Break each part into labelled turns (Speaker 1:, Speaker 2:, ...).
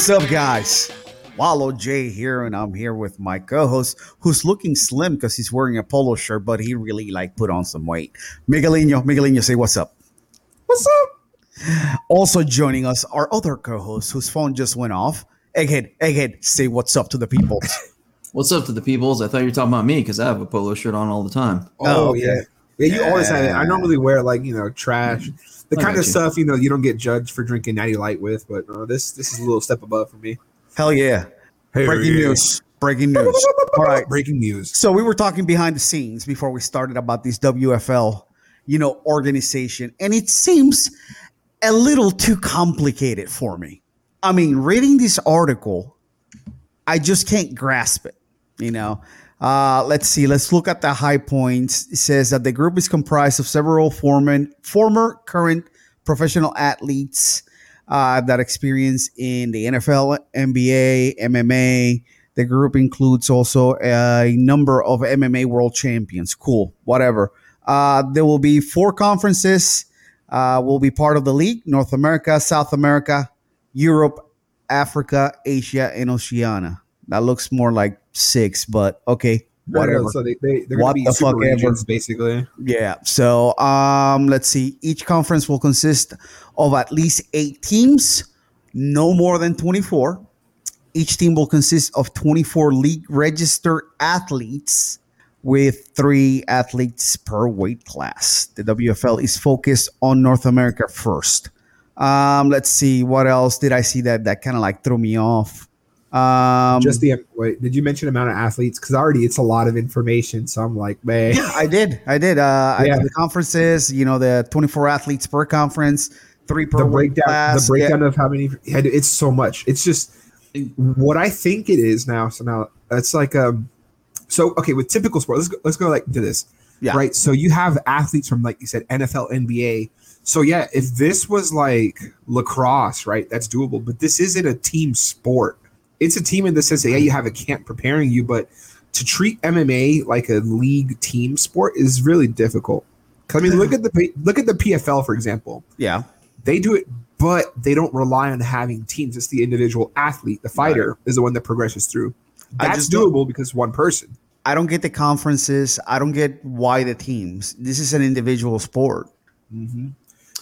Speaker 1: What's up, guys? Wallow J here, and I'm here with my co-host, who's looking slim because he's wearing a polo shirt, but he really like put on some weight. Miguelino, Miguelino, say what's up.
Speaker 2: What's up?
Speaker 1: Also joining us, our other co-host, whose phone just went off. Egghead, Egghead, say what's up to the people.
Speaker 3: What's up to the peoples? I thought you were talking about me because I have a polo shirt on all the time.
Speaker 1: Oh,
Speaker 2: Oh,
Speaker 1: okay.
Speaker 2: yeah. Yeah, you always had it. I normally wear like, you know, trash. The
Speaker 3: I
Speaker 2: kind of
Speaker 3: got you.
Speaker 2: stuff, you know, you don't get judged for drinking natty light with, but uh, this this is a little step above for me.
Speaker 1: Hell yeah! Breaking news! Breaking news! All right.
Speaker 2: Breaking news.
Speaker 1: So we were talking behind the scenes before we started about this WFL, you know, organization, and it seems a little too complicated for me. I mean, reading this article, I just can't grasp it. You know, uh, let's see. Let's look at the high points. It says that the group is comprised of several foreman, former, current professional athletes uh, that experience in the NFL, NBA, MMA. The group includes also a number of MMA world champions. Cool, whatever. Uh, there will be four conferences. Uh, will be part of the league: North America, South America, Europe, Africa, Asia, and Oceania. That looks more like six, but okay, whatever.
Speaker 2: So they, they, they're
Speaker 1: What
Speaker 2: gonna be
Speaker 1: the
Speaker 2: super
Speaker 1: fuck ever.
Speaker 2: regions, basically.
Speaker 1: Yeah. So um, let's see. Each conference will consist of at least eight teams, no more than 24. Each team will consist of 24 league registered athletes with three athletes per weight class. The WFL is focused on North America first. Um, let's see. What else did I see that, that kind of like threw me off? Um,
Speaker 2: Just the wait, did you mention amount of athletes? Because already it's a lot of information, so I'm like, man,
Speaker 1: Yeah, I did. I did. Uh, I
Speaker 2: Yeah.
Speaker 1: the conferences, you know, the 24 athletes per conference, three per
Speaker 2: the
Speaker 1: weight
Speaker 2: breakdown,
Speaker 1: class.
Speaker 2: the breakdown of how many. yeah, dude, It's so much. It's just what I think it is now. So now it's like um, so okay with typical sport. Let's go, let's go like to this.
Speaker 1: Yeah.
Speaker 2: Right. So you have athletes from like you said NFL, NBA. So yeah, if this was like lacrosse, right, that's doable. But this isn't a team sport. It's a team in the sense that yeah, you have a camp preparing you, but to treat MMA like a league team sport is really difficult. 'Cause, I mean, look at the P- look at the PFL for example
Speaker 1: Yeah.
Speaker 2: they do it but they don't rely on having teams it's the individual athlete the fighter is the one that progresses through
Speaker 1: I
Speaker 2: that's
Speaker 1: just don't-
Speaker 2: doable because one person
Speaker 1: I don't get the conferences. I don't get why the teams. This is an individual sport. Do you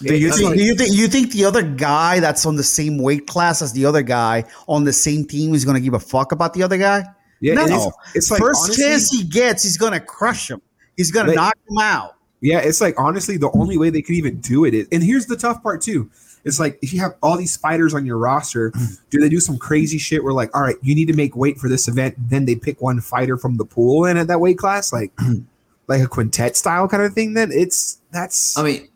Speaker 2: It's
Speaker 1: think?
Speaker 2: like-
Speaker 1: do you think? You think the other guy that's on the same weight class as the other guy on the same team is going to give a fuck about the other guy?
Speaker 2: yeah,
Speaker 1: no.
Speaker 2: and it's, it's like
Speaker 1: First
Speaker 2: honestly,
Speaker 1: chance he gets, he's going to crush him. He's going to
Speaker 2: Like-
Speaker 1: knock him out.
Speaker 2: yeah it's like honestly the only way they could even do it is and here's the tough part too it's like if you have all these fighters on your roster
Speaker 1: Hmm.
Speaker 2: do they do some crazy shit where like all right you need to make weight for this event then they pick one fighter from the pool and at that weight class like
Speaker 1: Hmm.
Speaker 2: like a quintet style kind of thing then it's that's
Speaker 3: I mean,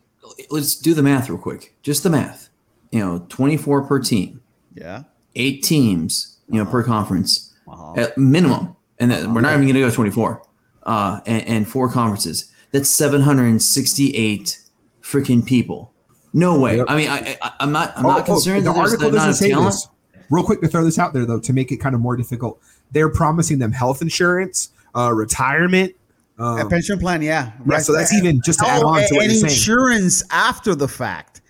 Speaker 3: let's do the math real quick. Just the math. You know, 24 per team,
Speaker 1: Yeah.
Speaker 3: eight teams, you know, per conference
Speaker 1: Uh-huh.
Speaker 3: at minimum. And that, we're not even going to go 24 uh, and, and four conferences. That's 768 freaking people. No way.
Speaker 2: Yep.
Speaker 3: I mean, I, I, I'm not. I'm
Speaker 2: Oh,
Speaker 3: not
Speaker 2: oh,
Speaker 3: concerned. that there's that not a
Speaker 2: say
Speaker 3: talent.
Speaker 2: this. Real quick to throw this out there though, to make it kind of more difficult, they're promising them health insurance, uh, retirement.
Speaker 1: A
Speaker 2: Um,
Speaker 1: pension plan, yeah.
Speaker 2: yeah, so that's even just to add
Speaker 1: Oh,
Speaker 2: on to what
Speaker 1: and
Speaker 2: you're saying,
Speaker 1: insurance after the fact.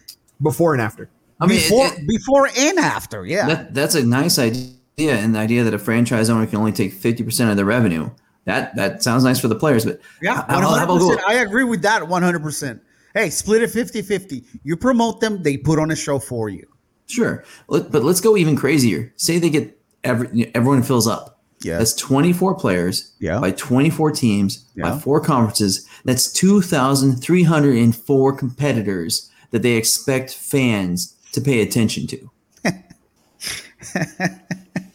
Speaker 2: before and after.
Speaker 3: I mean, it-
Speaker 1: before,
Speaker 3: it-
Speaker 1: before and after, yeah.
Speaker 3: That, that's a nice idea, and the idea that a franchise owner can only take fifty percent of the revenue. That that sounds nice for the players, but
Speaker 1: yeah,
Speaker 3: how, how about
Speaker 1: 100%.
Speaker 3: go?
Speaker 1: I agree with that 100%. Hey, split it 50 50. You promote them, they put on a show for you.
Speaker 3: Sure, Let, but let's go even crazier. Say they get every everyone fills up.
Speaker 1: Yeah.
Speaker 3: that's twenty four players.
Speaker 1: Yeah.
Speaker 3: by twenty four teams
Speaker 1: Yeah.
Speaker 3: by four conferences. That's two thousand three hundred and four competitors that they expect fans to pay attention to.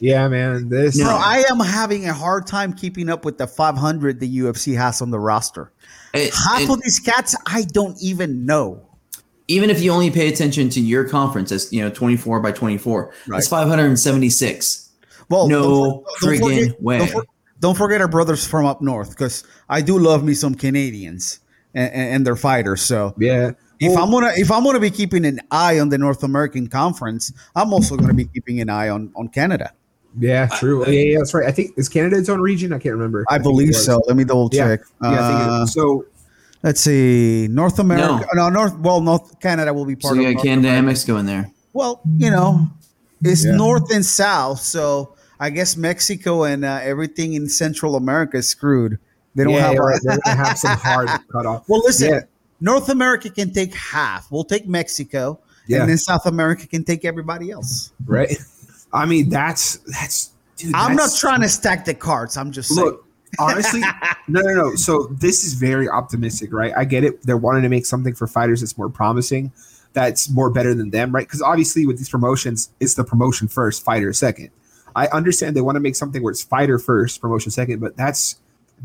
Speaker 2: Yeah, man. This
Speaker 3: No.
Speaker 1: Bro, I am having a hard time keeping up with the 500 the UFC has on the roster.
Speaker 3: And-
Speaker 1: Half
Speaker 3: and-
Speaker 1: of these cats, I don't even know.
Speaker 3: even if you only pay attention to your conference as you know 24 by 24
Speaker 1: Right.
Speaker 3: that's 576
Speaker 1: Well,
Speaker 3: No
Speaker 1: for-
Speaker 3: friggin' way.
Speaker 1: Don't, for- don't forget our brothers from up north, because I do love me some Canadians and, and, and their fighters. So
Speaker 2: yeah.
Speaker 1: If
Speaker 2: Well,
Speaker 1: I'm gonna if I'm gonna be keeping an eye on the North American Conference, I'm also gonna be keeping an eye on on Canada.
Speaker 2: yeah, true. yeah, yeah, that's right. I think is Canada its own region? I can't remember.
Speaker 1: I
Speaker 2: think it
Speaker 1: believe
Speaker 2: was.
Speaker 1: so. Let me double
Speaker 2: Yeah.
Speaker 1: check.
Speaker 2: Yeah, I think
Speaker 1: Uh,
Speaker 2: it, so
Speaker 1: let's see, North America. No. North. Well, North Canada will be
Speaker 3: so
Speaker 1: part
Speaker 3: you
Speaker 1: of
Speaker 3: got
Speaker 1: North
Speaker 3: canada and
Speaker 1: America.
Speaker 3: mexico in there
Speaker 1: Well, you know, It's
Speaker 2: Yeah.
Speaker 1: north and south, so I guess Mexico and uh, everything in Central America is screwed. They don't
Speaker 2: yeah,
Speaker 1: have.
Speaker 2: you're right. They're gonna have some hard cutoff.
Speaker 1: Well, listen,
Speaker 2: Yeah.
Speaker 1: North America can take half. We'll take Mexico,
Speaker 2: Yeah,
Speaker 1: and then South America can take everybody else.
Speaker 2: right. I mean, that's that's. Dude,
Speaker 1: I'm not
Speaker 2: that's-
Speaker 1: trying to stack the cards. I'm just
Speaker 2: Look, honestly, no, no, no. So this is very optimistic, right? I get it. They're wanting to make something for fighters that's more promising, that's more better than them, right? Because obviously, with these promotions, it's the promotion first, fighter second. I understand they want to make something where it's fighter first, promotion second, but that's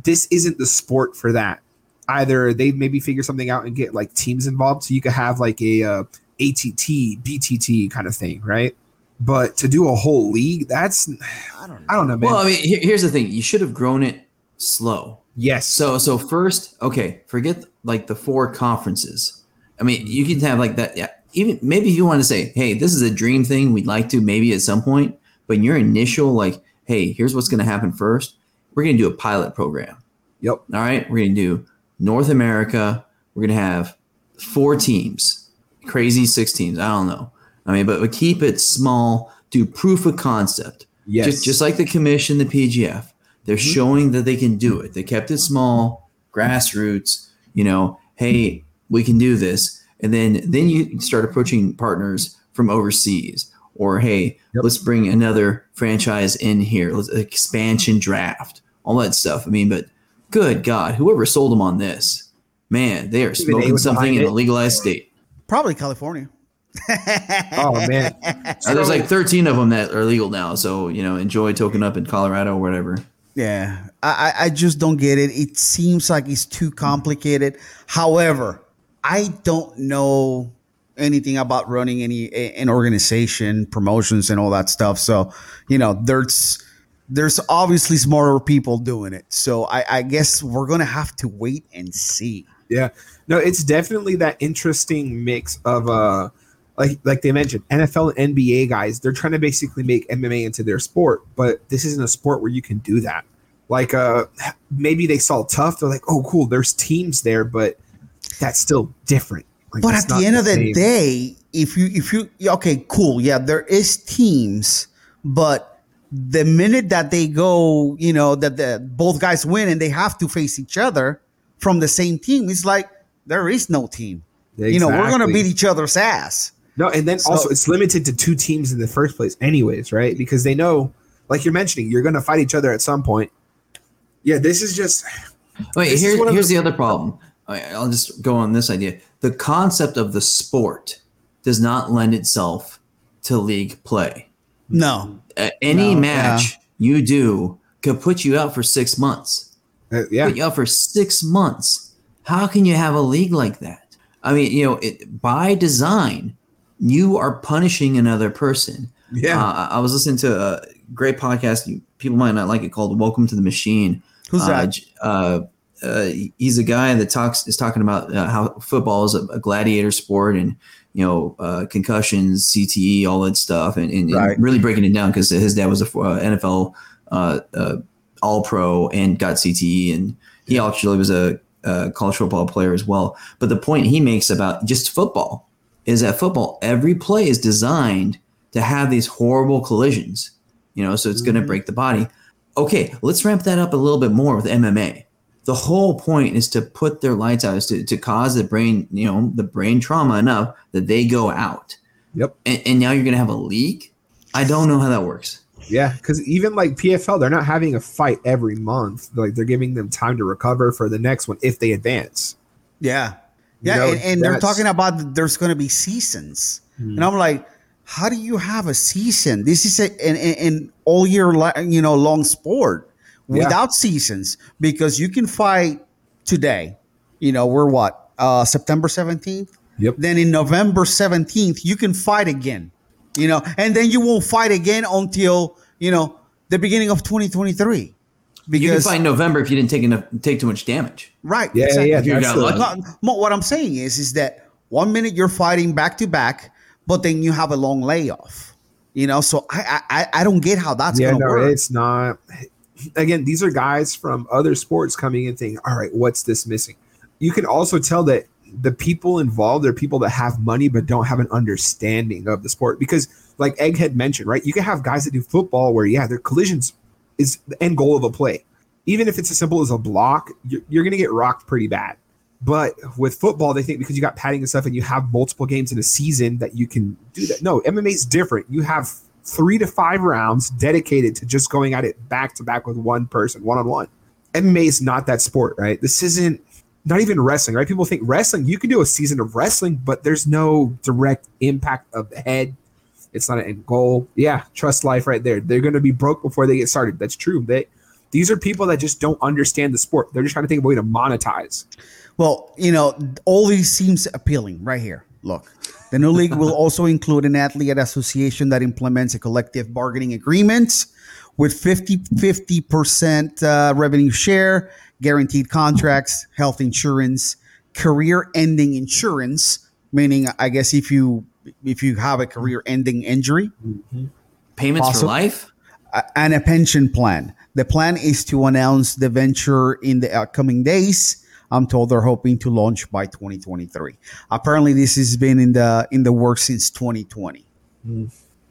Speaker 2: this isn't the sport for that. Either they maybe figure something out and get like teams involved, so you could have like a uh, ATT, BTT kind of thing, right? But to do a whole league, that's
Speaker 1: saying. I don't know.
Speaker 2: I don't know, man.
Speaker 3: Well, I mean, here, here's the thing: you should have grown it slow.
Speaker 2: yes,
Speaker 3: So, so first, okay, forget like the four conferences. I mean, you can have like that. Yeah, even maybe you want to say, hey, this is a dream thing. We'd like to maybe at some point, but in your initial like, hey, here's what's going to happen first. We're going to do a pilot program.
Speaker 2: Yep.
Speaker 3: All right, we're going to do North America. We're going to have four teams, crazy six teams. I don't know. I mean, but, but keep it small. Do proof of concept.
Speaker 2: yes, Mm-hmm.
Speaker 3: Just, just like the commission, the PGF, they're showing that they can do it. They kept it small, grassroots. You know, hey, we can do this, and then then you start approaching partners from overseas, or hey,
Speaker 2: Yep.
Speaker 3: let's bring another franchise in here, let's expansion draft, all that stuff. I mean, but good God, whoever sold them on this, man, they are
Speaker 2: Stephen A
Speaker 3: smoking
Speaker 2: was
Speaker 3: something
Speaker 2: behind
Speaker 3: in
Speaker 2: it.
Speaker 3: a legalized state.
Speaker 1: Probably California.
Speaker 2: oh man,
Speaker 3: Uh, there's
Speaker 2: So-
Speaker 3: like 13 of them that are legal now, so you know, enjoy token up in Colorado or whatever.
Speaker 1: Yeah, I, I I just don't get it. It seems like it's too complicated. However, I don't know anything about running any a- an organization, promotions, and all that stuff. So, you know, there's there's obviously smarter people doing it. So I, I guess we're gonna have to wait and see.
Speaker 2: Yeah. No, it's definitely that interesting mix of uh like like they mentioned, NFL and NBA guys, they're trying to basically make MMA into their sport, but this isn't a sport where you can do that. Like uh maybe they saw tough, they're like, "Oh cool, there's teams there, but that's still different." Like,
Speaker 1: But
Speaker 2: it's
Speaker 1: at the
Speaker 2: not
Speaker 1: end of the
Speaker 2: same.
Speaker 1: day, if you if you yeah, okay, cool, yeah, there is teams, but the minute that they go, you know, that the both guys win and they have to face each other from the same team, it's like there is no team. You know, we're gonna
Speaker 2: Exactly.
Speaker 1: beat each other's ass.
Speaker 2: No, and then
Speaker 1: So-
Speaker 2: also it's limited to two teams in the first place, anyways, right? Because they know, like you're mentioning, you're going to fight each other at some point. Yeah, this is just
Speaker 3: Wait,
Speaker 2: This is
Speaker 3: here,
Speaker 2: one of
Speaker 3: here's
Speaker 2: the-
Speaker 3: the other problem. I- I'll just go on this idea. The concept of the sport does not lend itself to league play.
Speaker 1: No.
Speaker 3: Uh, any
Speaker 1: No,
Speaker 3: match you do could put you out for six months.
Speaker 2: uh, yeah.
Speaker 3: Put you out for six months. How can you have a league like that? I mean, you know, it, by design, you are punishing another person.
Speaker 2: Yeah.
Speaker 3: Uh, I- I was listening to a great podcast. you- People might not like it called "Welcome to the Machine."
Speaker 1: Who's
Speaker 3: uh,
Speaker 1: that?
Speaker 3: j- Uh, uh, he's a guy that talks is talking about uh, how football is a, a gladiator sport and you know uh, concussions, CTE, all that stuff, and, and, and
Speaker 1: Right.
Speaker 3: really breaking it down because his dad was a uh, NFL uh, uh, All Pro and got CTE, and he actually was a, uh college football player as well. But the point he makes about just football is that football every play is designed to have these horrible collisions, you know, so it's
Speaker 1: Mm-hmm.
Speaker 3: going to break the body. Okay, let's ramp that up a little bit more with MMA. The whole point is to put their lights out, is to, to cause the brain, you know, the brain trauma enough that they go out.
Speaker 2: Yep.
Speaker 3: And, and now you're going to have a leak? I don't know how that works.
Speaker 2: Yeah, because even like PFL, they're not having a fight every month. Like they're giving them time to recover for the next one if they advance.
Speaker 1: Yeah. Yeah,
Speaker 2: You know,
Speaker 1: and, and they're
Speaker 2: that's- Hmm.
Speaker 1: talking about that there's going to be seasons, and I'm like, how do you have a season? This is a, an, an, an all year li- you know long sport
Speaker 2: Yeah.
Speaker 1: without seasons because you can fight today. You know, we're what uh, September 17th.
Speaker 2: Yep.
Speaker 1: Then in November 17th, you can fight again. You know, and then you won't fight again until you know the beginning of 2023. Because
Speaker 3: You can find November if you didn't take enough, take too much damage.
Speaker 1: right,
Speaker 2: Yeah,
Speaker 1: exactly.
Speaker 2: yeah,
Speaker 3: You're
Speaker 2: yeah. That's
Speaker 3: not
Speaker 2: the-
Speaker 3: lucky.
Speaker 1: No, no, what I'm saying is, is that one minute you're fighting back to back, but then you have a long layoff. You know, so I I, I- I don't get how that's
Speaker 2: yeah,
Speaker 1: gonna
Speaker 2: no,
Speaker 1: work.
Speaker 2: it's not. Again, these are guys from other sports coming in, thinking, "All right, what's this missing?" You can also tell that the people involved are people that have money but don't have an understanding of the sport because like egghead mentioned right you can have guys that do football where yeah their collisions is the end goal of a play even if it's as simple as a block you're, you're going to get rocked pretty bad but with football they think because you got padding and stuff and you have multiple games in a season that you can do that no mma is different you have three to five rounds dedicated to just going at it back to back with one person one-on-one mma is not that sport right this isn't not even wrestling, right? People think wrestling, you can do a season of wrestling, but there's no direct impact of the head. It's not an end goal. Yeah, trust life right there. They're going to be broke before they get started. That's true. They, these are people that just don't understand the sport. They're just trying to think of a way to monetize.
Speaker 1: Well, you know, all these seems appealing right here. Look, the new league will also include an athlete association that implements a collective bargaining agreement with 50 50% uh, revenue share, guaranteed contracts, health insurance, career ending insurance, meaning I guess if you if you have a career ending injury,
Speaker 3: Payments
Speaker 1: Awesome.
Speaker 3: for life?
Speaker 1: a- and a pension plan. The plan is to announce the venture in the upcoming days. I'm told they're hoping to launch by 2023. Apparently, this has been in the in the works since 2020.
Speaker 2: Mm-hmm.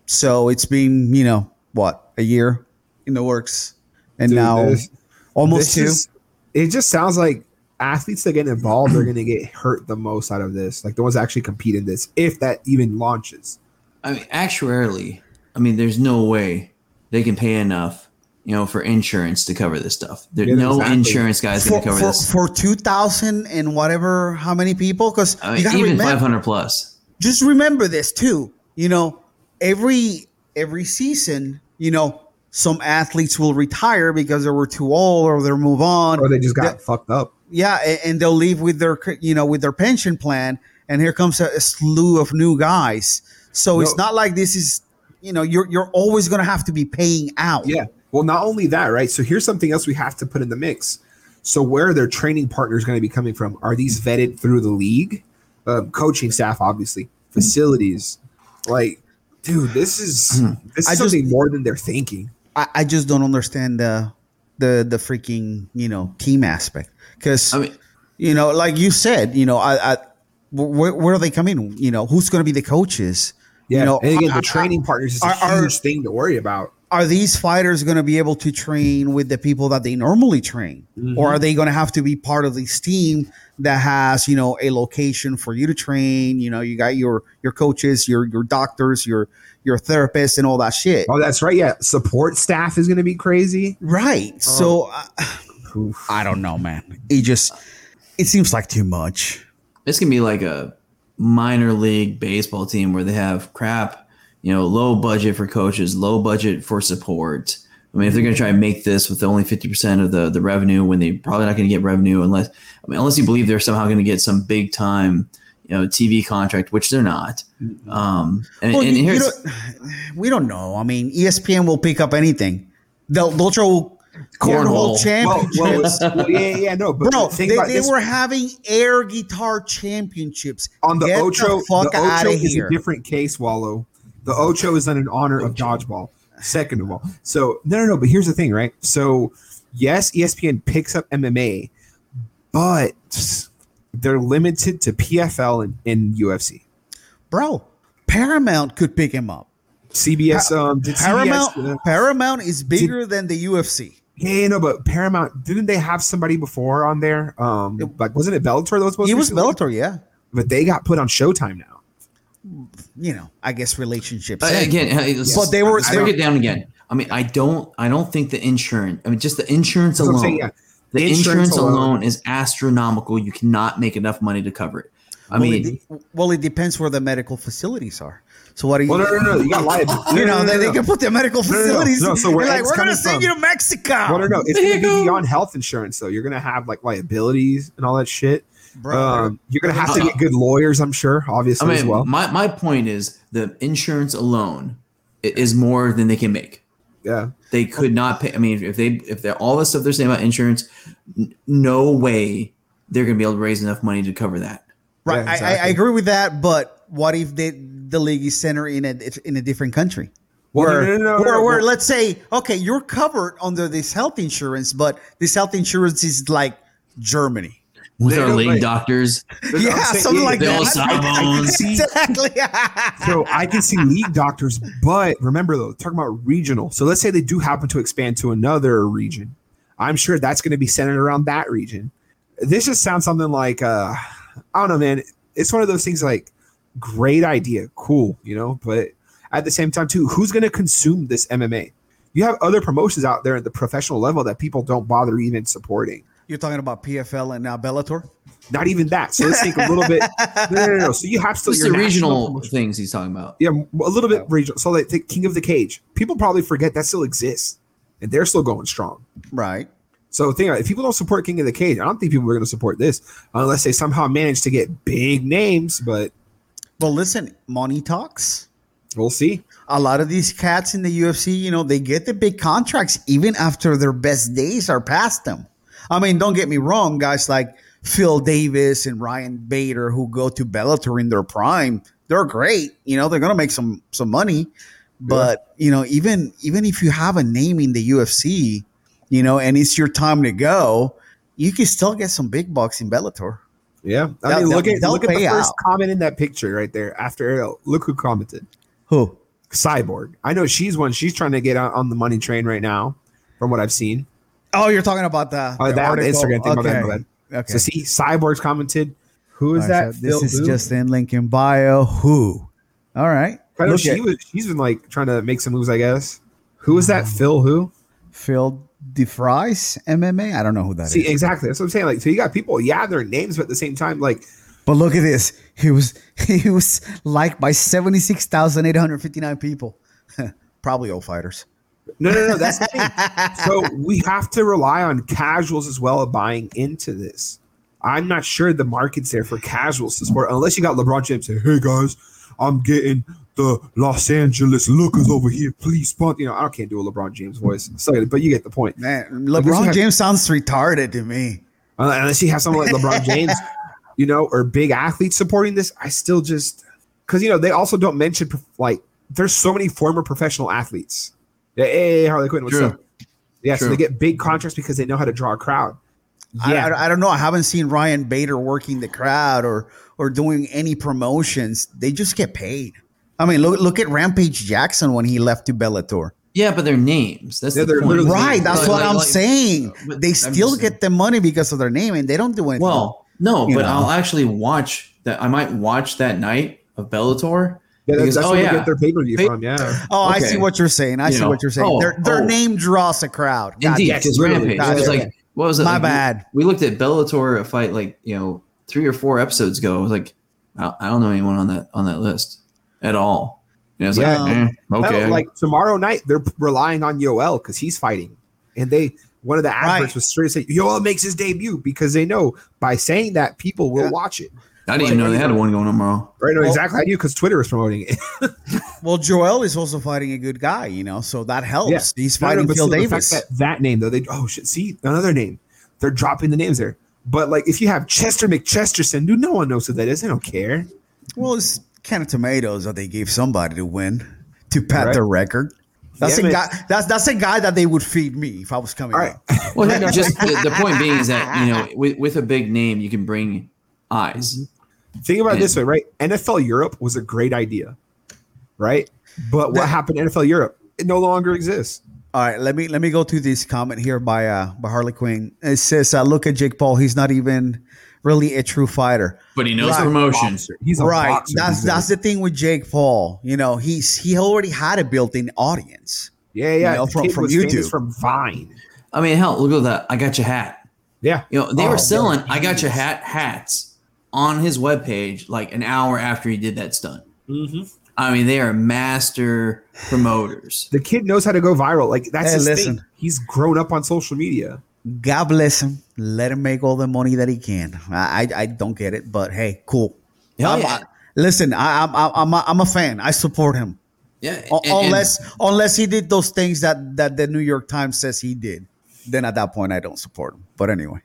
Speaker 1: So it's been you know what a year in the works, and
Speaker 2: Dude,
Speaker 1: now
Speaker 2: this-
Speaker 1: almost
Speaker 2: This
Speaker 1: two.
Speaker 2: is- it just sounds like athletes that get involved are going to get hurt the most out of this. Like the ones that actually compete in this, if that even launches.
Speaker 3: I mean, actuarially, I mean, there's no way they can pay enough, you know, for insurance to cover this stuff. There,
Speaker 2: Yeah,
Speaker 3: no
Speaker 2: exactly.
Speaker 3: insurance guy's
Speaker 1: for,
Speaker 3: going to cover
Speaker 1: for,
Speaker 3: this.
Speaker 1: for 2000 and whatever how many people because
Speaker 3: I
Speaker 1: you
Speaker 3: mean,
Speaker 1: gotta
Speaker 3: even
Speaker 1: remember,
Speaker 3: 500 plus.
Speaker 1: just remember this too you know every every season you know some athletes will retire because they were too old or they'll move on
Speaker 2: Or they just got fucked up.
Speaker 1: yeah a- and they'll leave with their you know with their pension plan and here comes a, a slew of new guys so it's
Speaker 2: No.
Speaker 1: not like this is you know you're you're always going to have to be paying out
Speaker 2: Yeah. Well, not only that, right? So here's something else we have to put in the mix. So where are their training partners going to be coming from? Are these vetted through the league, um, coaching staff, obviously, facilities? Like, dude, this is this is
Speaker 1: Hmm. I just-
Speaker 2: something more than they're thinking.
Speaker 1: I, I just don't understand the the the freaking you know team aspect because
Speaker 3: I mean,
Speaker 1: you know like you said you know I, I where, where are they coming you know who's going to be the coaches
Speaker 2: Yeah.
Speaker 1: you know
Speaker 2: and again,
Speaker 1: I- I-
Speaker 2: the training partners is a
Speaker 1: are- are-
Speaker 2: huge thing to worry about.
Speaker 1: are these fighters going to be able to train with the people that they normally train
Speaker 2: Mm-hmm.
Speaker 1: or are they going to have to be part of this team that has you know a location for you to train you know you got your your coaches your your doctors your your therapists and all that shit
Speaker 2: Oh, that's right. Yeah, support staff is going to be crazy.
Speaker 1: right so I,
Speaker 2: Uh, Oof.
Speaker 1: I don't know man it just it seems like too much
Speaker 3: this can be like a minor league baseball team where they have crap, you know, low budget for coaches, low budget for support. I mean, if they're going to try and make this with only 50% of the, the revenue when they probably not going to get revenue unless, I mean, unless you believe they're somehow going to get some big time, you know, TV contract, which they're not. Um, and,
Speaker 1: Well,
Speaker 3: and
Speaker 1: you- you
Speaker 3: here's,
Speaker 1: don't- we don't know i mean E espn will pick up anything they'll they'll throw cornhole
Speaker 3: Cornhole.
Speaker 2: Well,
Speaker 1: championships
Speaker 2: well, it's- well, yeah, yeah, yeah, no, but
Speaker 1: Bro,
Speaker 2: think
Speaker 1: they,
Speaker 2: about
Speaker 1: they
Speaker 2: this.
Speaker 1: were having air guitar championships
Speaker 2: on the
Speaker 1: Get
Speaker 2: Ocho. The,
Speaker 1: fuck out
Speaker 2: Ocho
Speaker 1: of
Speaker 2: is
Speaker 1: here.
Speaker 2: a different case, Wallow. The Ocho is done in honor of dodgeball. Second of all, so no, no, no. But here's the thing, right? So yes, E ESPN picks up MMA, but they're limited to PFL and, and UFC.
Speaker 1: Bro, Paramount could pick him up.
Speaker 2: CBS, um, did
Speaker 1: Paramount,
Speaker 2: CBS, uh,
Speaker 1: Paramount is bigger than the UFC.
Speaker 2: yeah, yeah, no, but Paramount didn't they have somebody before on there? Um, like wasn't it Bellator that was supposed
Speaker 1: He
Speaker 2: to
Speaker 1: was
Speaker 2: be-
Speaker 1: Bellator, yeah.
Speaker 2: but they got put on Showtime now.
Speaker 1: You know, I guess relationships.
Speaker 3: Uh, again, uh, let's-
Speaker 1: But they were-
Speaker 3: let's
Speaker 1: they
Speaker 3: break
Speaker 1: were-
Speaker 3: it down again. I mean, I don't, I don't think the insurance. I mean, just the insurance
Speaker 2: That's what I'm
Speaker 3: alone.
Speaker 2: saying, yeah.
Speaker 3: The
Speaker 2: Insurance
Speaker 3: insurance,
Speaker 2: alone.
Speaker 3: alone. is astronomical. You cannot make enough money to cover it. I
Speaker 1: well,
Speaker 3: mean,
Speaker 1: it, de- well, it depends where the medical facilities are. So what do you?
Speaker 2: Well, no, no, no, you got liability.
Speaker 1: You know,
Speaker 2: no, no,
Speaker 1: they,
Speaker 2: no,
Speaker 1: they
Speaker 2: no.
Speaker 1: can put their medical
Speaker 2: no, no.
Speaker 1: facilities.
Speaker 2: No, so where
Speaker 1: They're like,
Speaker 2: it's
Speaker 1: we're gonna
Speaker 2: coming
Speaker 1: send
Speaker 2: from-
Speaker 1: you to Mexico.
Speaker 2: Well, no, no, it's going to
Speaker 3: Mexico.
Speaker 2: be beyond health insurance, though. You're going to have like liabilities and all that shit.
Speaker 1: Bro,
Speaker 2: Um, you're going to have to
Speaker 3: Uh,
Speaker 2: get good lawyers, I'm sure, obviously
Speaker 3: I mean,
Speaker 2: as well.
Speaker 3: my my point is the insurance alone i- is more than they can make.
Speaker 2: Yeah,
Speaker 3: They could not pay. I mean, if they if they're all the stuff they're saying about insurance, n- no way they're going to be able to raise enough money to cover that.
Speaker 1: right?
Speaker 2: yeah,
Speaker 1: I, I, I
Speaker 2: exactly.
Speaker 1: agree with that, but what if they, the league is center in a in a different country?
Speaker 2: Well,
Speaker 1: where,
Speaker 2: no, no, no, no,
Speaker 1: where,
Speaker 2: no,
Speaker 1: where
Speaker 2: well-
Speaker 1: let's say, okay, you're covered under this health insurance, but this health insurance is like Germany.
Speaker 3: with
Speaker 2: They
Speaker 3: our
Speaker 2: don't
Speaker 3: league
Speaker 2: like-
Speaker 3: doctors.
Speaker 1: Yeah, something like
Speaker 3: Bill
Speaker 1: that.
Speaker 3: Sawbones.
Speaker 1: Exactly.
Speaker 2: so I can see league doctors, but remember though, talking about regional. So let's say they do happen to expand to another region. I'm sure that's going to be centered around that region. This just sounds something like uh, I don't know, man. It's one of those things like great idea, cool, you know, but at the same time too, who's going to consume this MMA? You have other promotions out there at the professional level that people don't bother even supporting.
Speaker 1: You're talking about PFL and uh, Bellator.
Speaker 2: Not even that. So let's think a little bit. No, no, no. no. So you have still
Speaker 3: Those
Speaker 2: your
Speaker 3: are the
Speaker 2: national
Speaker 3: regional
Speaker 2: promotion.
Speaker 3: things he's talking about.
Speaker 2: Yeah, m- a little bit regional. So like the King of the Cage, people probably forget that still exists, and they're still going strong.
Speaker 1: Right.
Speaker 2: So think about it. if people don't support King of the Cage, I don't think people are going to support this unless they somehow manage to get big names. But
Speaker 1: Well, listen, money talks.
Speaker 2: we'll see.
Speaker 1: A lot of these cats in the UFC, you know, they get the big contracts even after their best days are past them. I mean, don't get me wrong, guys like Phil Davis and Ryan Bader who go to Bellator in their prime, they're great. You know, they're gonna make some some money. But you know, even even if you have a name in the UFC, you know, and it's your time to go, you can still get some big bucks in Bellator.
Speaker 2: Yeah, I
Speaker 1: They'll-
Speaker 2: mean, look
Speaker 1: they'll-
Speaker 2: at
Speaker 1: they'll
Speaker 2: look at the
Speaker 1: pay
Speaker 2: first
Speaker 1: out.
Speaker 2: comment in that picture right there. After Ariel, look who commented,
Speaker 1: Who?
Speaker 2: Cyborg. I know she's one. She's trying to get on, on the money train right now, from what I've seen.
Speaker 1: Oh, you're talking about the,
Speaker 2: Oh,
Speaker 1: the
Speaker 2: that
Speaker 1: article.
Speaker 2: Instagram thing. My bad, my
Speaker 1: Okay.
Speaker 2: bad.
Speaker 1: Okay.
Speaker 2: So see, Cyborg's commented. Who is
Speaker 1: All
Speaker 2: that?
Speaker 1: right, so this
Speaker 2: Phil
Speaker 1: is
Speaker 2: who?
Speaker 1: just in Lincoln bio. Who? All right.
Speaker 2: I know
Speaker 1: Look
Speaker 2: she
Speaker 1: at
Speaker 2: was. She's been like trying to make some moves. I guess. Who was
Speaker 1: Mm-hmm.
Speaker 2: that? Phil? Who?
Speaker 1: Phil DeFries MMA. I don't know who that is.
Speaker 2: See, exactly. That's what I'm saying. Like, so you got people. Yeah, their names, but at the same time, like,
Speaker 1: But look at this. He was he was liked by seventy six thousand eight hundred fifty nine people. Probably old fighters.
Speaker 2: no, no, no. That's the thing. so we have to rely on casuals as well buying into this. I'm not sure the market's there for casuals to support unless you got LeBron James saying, "Hey guys, I'm getting the Los Angeles Lakers over here. Please sponsor." You know, I can't do a LeBron James voice, so, but you get the point.
Speaker 1: Man,
Speaker 2: Like, this
Speaker 1: LeBron
Speaker 2: is-
Speaker 1: James sounds retarded to me.
Speaker 2: Uh, unless you have someone like LeBron James, you know, or big athletes supporting this, I still just because you know they also don't mention prof- like there's so many former professional athletes. Yeah, hey, hey, Harley Quinn, what's
Speaker 3: True.
Speaker 2: up? Yeah, so
Speaker 3: True.
Speaker 2: they get big contracts because they know how to draw a crowd.
Speaker 1: I-
Speaker 2: Yeah,
Speaker 1: I, I don't know. I haven't seen Ryan Bader working the crowd or or doing any promotions. They just get paid. I mean, look look at Rampage Jackson when he left to Bellator.
Speaker 3: Yeah, but their names. That's
Speaker 2: Yeah,
Speaker 3: the
Speaker 2: they're
Speaker 3: point.
Speaker 2: literally-
Speaker 1: Right, that's
Speaker 3: Like-
Speaker 1: what
Speaker 3: like-
Speaker 1: I'm
Speaker 3: like- uh,
Speaker 1: saying.
Speaker 3: but
Speaker 1: They
Speaker 3: I'm
Speaker 1: still
Speaker 3: just saying-
Speaker 1: get the money because of their name, and they don't do anything.
Speaker 3: Well, no,
Speaker 1: You
Speaker 3: but
Speaker 1: know.
Speaker 3: I'll actually watch that. I might watch that night of Bellator.
Speaker 2: yeah that's,
Speaker 3: because-
Speaker 2: that's
Speaker 3: oh,
Speaker 2: where
Speaker 3: yeah.
Speaker 2: they get their pay per view
Speaker 3: Pay-
Speaker 2: from. Yeah,
Speaker 1: oh, I
Speaker 3: okay.
Speaker 1: see what you're saying. I
Speaker 3: You
Speaker 1: see
Speaker 3: know.
Speaker 1: what you're saying.
Speaker 3: Oh,
Speaker 1: their their
Speaker 3: oh.
Speaker 1: name draws a crowd. God,
Speaker 3: Indeed, Mm-hmm.
Speaker 2: yes,
Speaker 3: because
Speaker 2: literally.
Speaker 3: Rampage. Because
Speaker 2: Yeah, yeah,
Speaker 3: like, what was it?
Speaker 1: My
Speaker 3: like, we-
Speaker 1: bad.
Speaker 3: We, looked at Bellator a fight like you know three or four episodes ago. I was like, I, I don't know anyone on that on that list at all. And I was
Speaker 2: Yeah.
Speaker 3: like, eh, okay,
Speaker 2: Hell, like tomorrow night they're relying on Yoel because he's fighting, and they one of the adverts
Speaker 1: Right.
Speaker 2: was straight to say Yoel makes his debut because they know by saying that people will
Speaker 1: Yeah.
Speaker 2: watch it.
Speaker 3: I didn't even know they had one going tomorrow.
Speaker 2: Right? No,
Speaker 1: Well-
Speaker 2: exactly. I do because Twitter is promoting it.
Speaker 1: Well, Joel is also fighting a good guy, you know, so that helps.
Speaker 2: Yes,
Speaker 1: He's fighting Phil Davis.
Speaker 2: That, that name though, they oh shit, see another name. They're dropping the names there. But like, if you have Chester McChesterson, dude, no one knows who that is. I don't care.
Speaker 1: well, it's kind of tomatoes that they gave somebody to win to pat
Speaker 2: Right.
Speaker 1: their record. That's
Speaker 2: Yeah,
Speaker 1: a
Speaker 2: man.
Speaker 1: guy. That's that's a guy that they would feed me if I was coming.
Speaker 2: All right.
Speaker 1: up.
Speaker 3: Well, just the, the point being is that you know with, with a big name you can bring eyes.
Speaker 2: Think about it this way,
Speaker 3: Yeah.
Speaker 2: right? NFL Europe was a great idea, right? But what
Speaker 1: That-
Speaker 2: happened to NFL Europe? It no longer exists.
Speaker 1: All right, let me let me go to this comment here by uh by Harley Quinn. It says, uh, "Look at Jake Paul. He's not even really a true fighter."
Speaker 3: But he knows
Speaker 1: Right.
Speaker 3: promotion.
Speaker 2: He's a
Speaker 1: right.
Speaker 2: boxer.
Speaker 1: that's
Speaker 2: He's a-
Speaker 1: that's the thing with Jake Paul. You know, he's he already had a built-in audience.
Speaker 2: yeah, yeah.
Speaker 1: you know,
Speaker 2: the
Speaker 1: from-
Speaker 2: kid
Speaker 1: from
Speaker 2: was famous
Speaker 1: YouTube.
Speaker 2: from Vine.
Speaker 3: I mean, hell, look at that. I got your hat.
Speaker 2: Yeah,
Speaker 3: You know, they
Speaker 2: Oh,
Speaker 3: were selling
Speaker 2: man.
Speaker 3: I got your hat hats on his webpage like an hour after he did that stunt. I mean, they are master promoters.
Speaker 2: the kid knows how to go viral. Like that's
Speaker 1: Hey,
Speaker 2: his
Speaker 1: listen.
Speaker 2: thing. He's grown up on social media.
Speaker 1: God bless him. Let him make all the money that he can. I I, I don't get it, but hey, cool.
Speaker 3: Hell
Speaker 1: I'm-
Speaker 3: yeah.
Speaker 1: I- listen, I, I'm I'm I'm a, I'm a fan. I support him
Speaker 3: Yeah.
Speaker 1: U-
Speaker 3: and- and-
Speaker 1: unless unless he did those things that that the New York Times says he did. Then at that point, I don't support him. But anyway.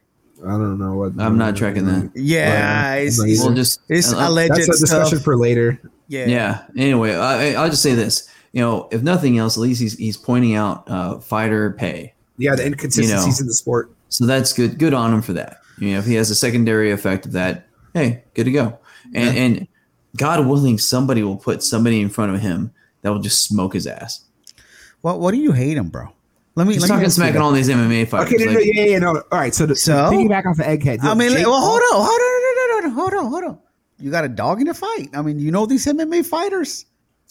Speaker 2: I don't know what.
Speaker 3: I'm not tracking that.
Speaker 1: Yeah,
Speaker 2: Right.
Speaker 1: it's,
Speaker 2: Like,
Speaker 1: it's,
Speaker 3: we'll just
Speaker 1: it's
Speaker 3: uh,
Speaker 1: alleged
Speaker 2: That's a discussion
Speaker 1: stuff.
Speaker 2: for later.
Speaker 1: yeah.
Speaker 3: yeah. Anyway, I, I- I'll just say this. You know, if nothing else, at least he's, he's pointing out uh, fighter pay.
Speaker 2: Yeah, the inconsistencies in the sport.
Speaker 3: So that's good. Good on him for that. You know, if he has a secondary effect of that, hey, good to go. And and God willing, somebody will put somebody in front of him that will just smoke his ass.
Speaker 1: What What do you hate him, bro? Let me.
Speaker 3: He's
Speaker 1: let me
Speaker 3: talking
Speaker 1: ask you
Speaker 3: smack on
Speaker 1: that.
Speaker 3: all these MMA fighters.
Speaker 2: Okay, no, no,
Speaker 3: like,
Speaker 2: yeah, yeah, no. All right, so, the,
Speaker 1: So?
Speaker 2: taking back off of Egghead.
Speaker 1: I
Speaker 2: look,
Speaker 1: mean,
Speaker 2: Jake
Speaker 1: well,
Speaker 2: Paul-
Speaker 1: hold on, hold on, hold on, hold on, hold on. You got a dog in the fight. I mean, you know these MMA fighters.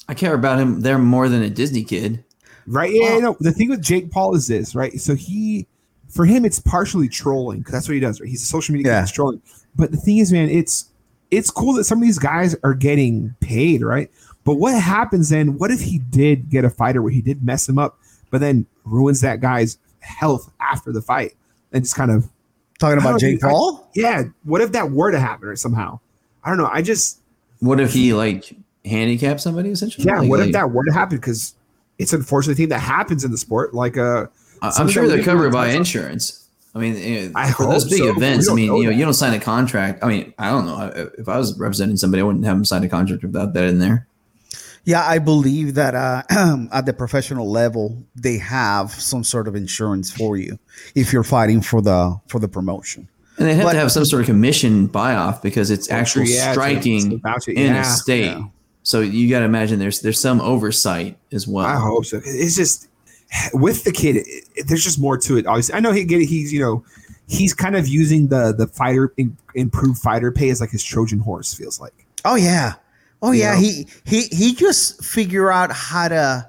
Speaker 3: I care about him there more than a Disney kid.
Speaker 2: Right? Yeah, yeah, no. The thing with Jake Paul is this, right? So he, for him, it's partially trolling because that's what he does. Right? He's a social media guy,
Speaker 1: Yeah.
Speaker 2: he's trolling. But the thing is, man, it's it's cool that some of these guys are getting paid, right? But what happens then? What if he did get a fighter where he did mess him up, but then ruins that guy's health after the fight and just kind of
Speaker 1: Talking
Speaker 2: I don't
Speaker 1: about Jake
Speaker 2: think I-
Speaker 1: Paul.
Speaker 2: yeah? What if that were to happen or somehow? I don't know. I just
Speaker 3: What if he like handicapped somebody essentially?
Speaker 2: yeah.
Speaker 3: Like-
Speaker 2: What if
Speaker 3: like-
Speaker 2: that were to happen? Because it's unfortunately a thing that happens in the sport. Like uh,
Speaker 3: I- I'm
Speaker 2: Something
Speaker 3: sure
Speaker 2: that
Speaker 3: they're
Speaker 2: we
Speaker 3: covered
Speaker 2: didn't
Speaker 3: by
Speaker 2: touch on.
Speaker 3: insurance. I mean, you know,
Speaker 2: I
Speaker 3: for
Speaker 2: hope
Speaker 3: those big
Speaker 2: so, but
Speaker 3: events,
Speaker 2: we
Speaker 3: I mean,
Speaker 2: don't
Speaker 3: you know,
Speaker 2: know
Speaker 3: you don't sign a contract. I mean, I don't know. I- If I was representing somebody, I wouldn't have them sign a contract without that in there.
Speaker 1: Yeah, I believe that uh, at the professional level, they have some sort of insurance for you if you're fighting for the for the promotion.
Speaker 3: And they have
Speaker 1: But-
Speaker 3: to have some sort of commission buy off because it's actual
Speaker 2: yeah, it's-
Speaker 3: striking
Speaker 2: it's about to-
Speaker 3: in
Speaker 2: yeah,
Speaker 3: a state.
Speaker 1: yeah.
Speaker 3: So you got to imagine there's there's some oversight as well.
Speaker 2: I hope so. It's just with the kid, it, it- there's just more to it. Obviously, I know he get he's you know he's kind of using the the fighter im- improved fighter pay as like his Trojan horse feels like.
Speaker 1: Oh yeah, oh
Speaker 2: You
Speaker 1: yeah.
Speaker 2: know?
Speaker 1: He he he just figure out how to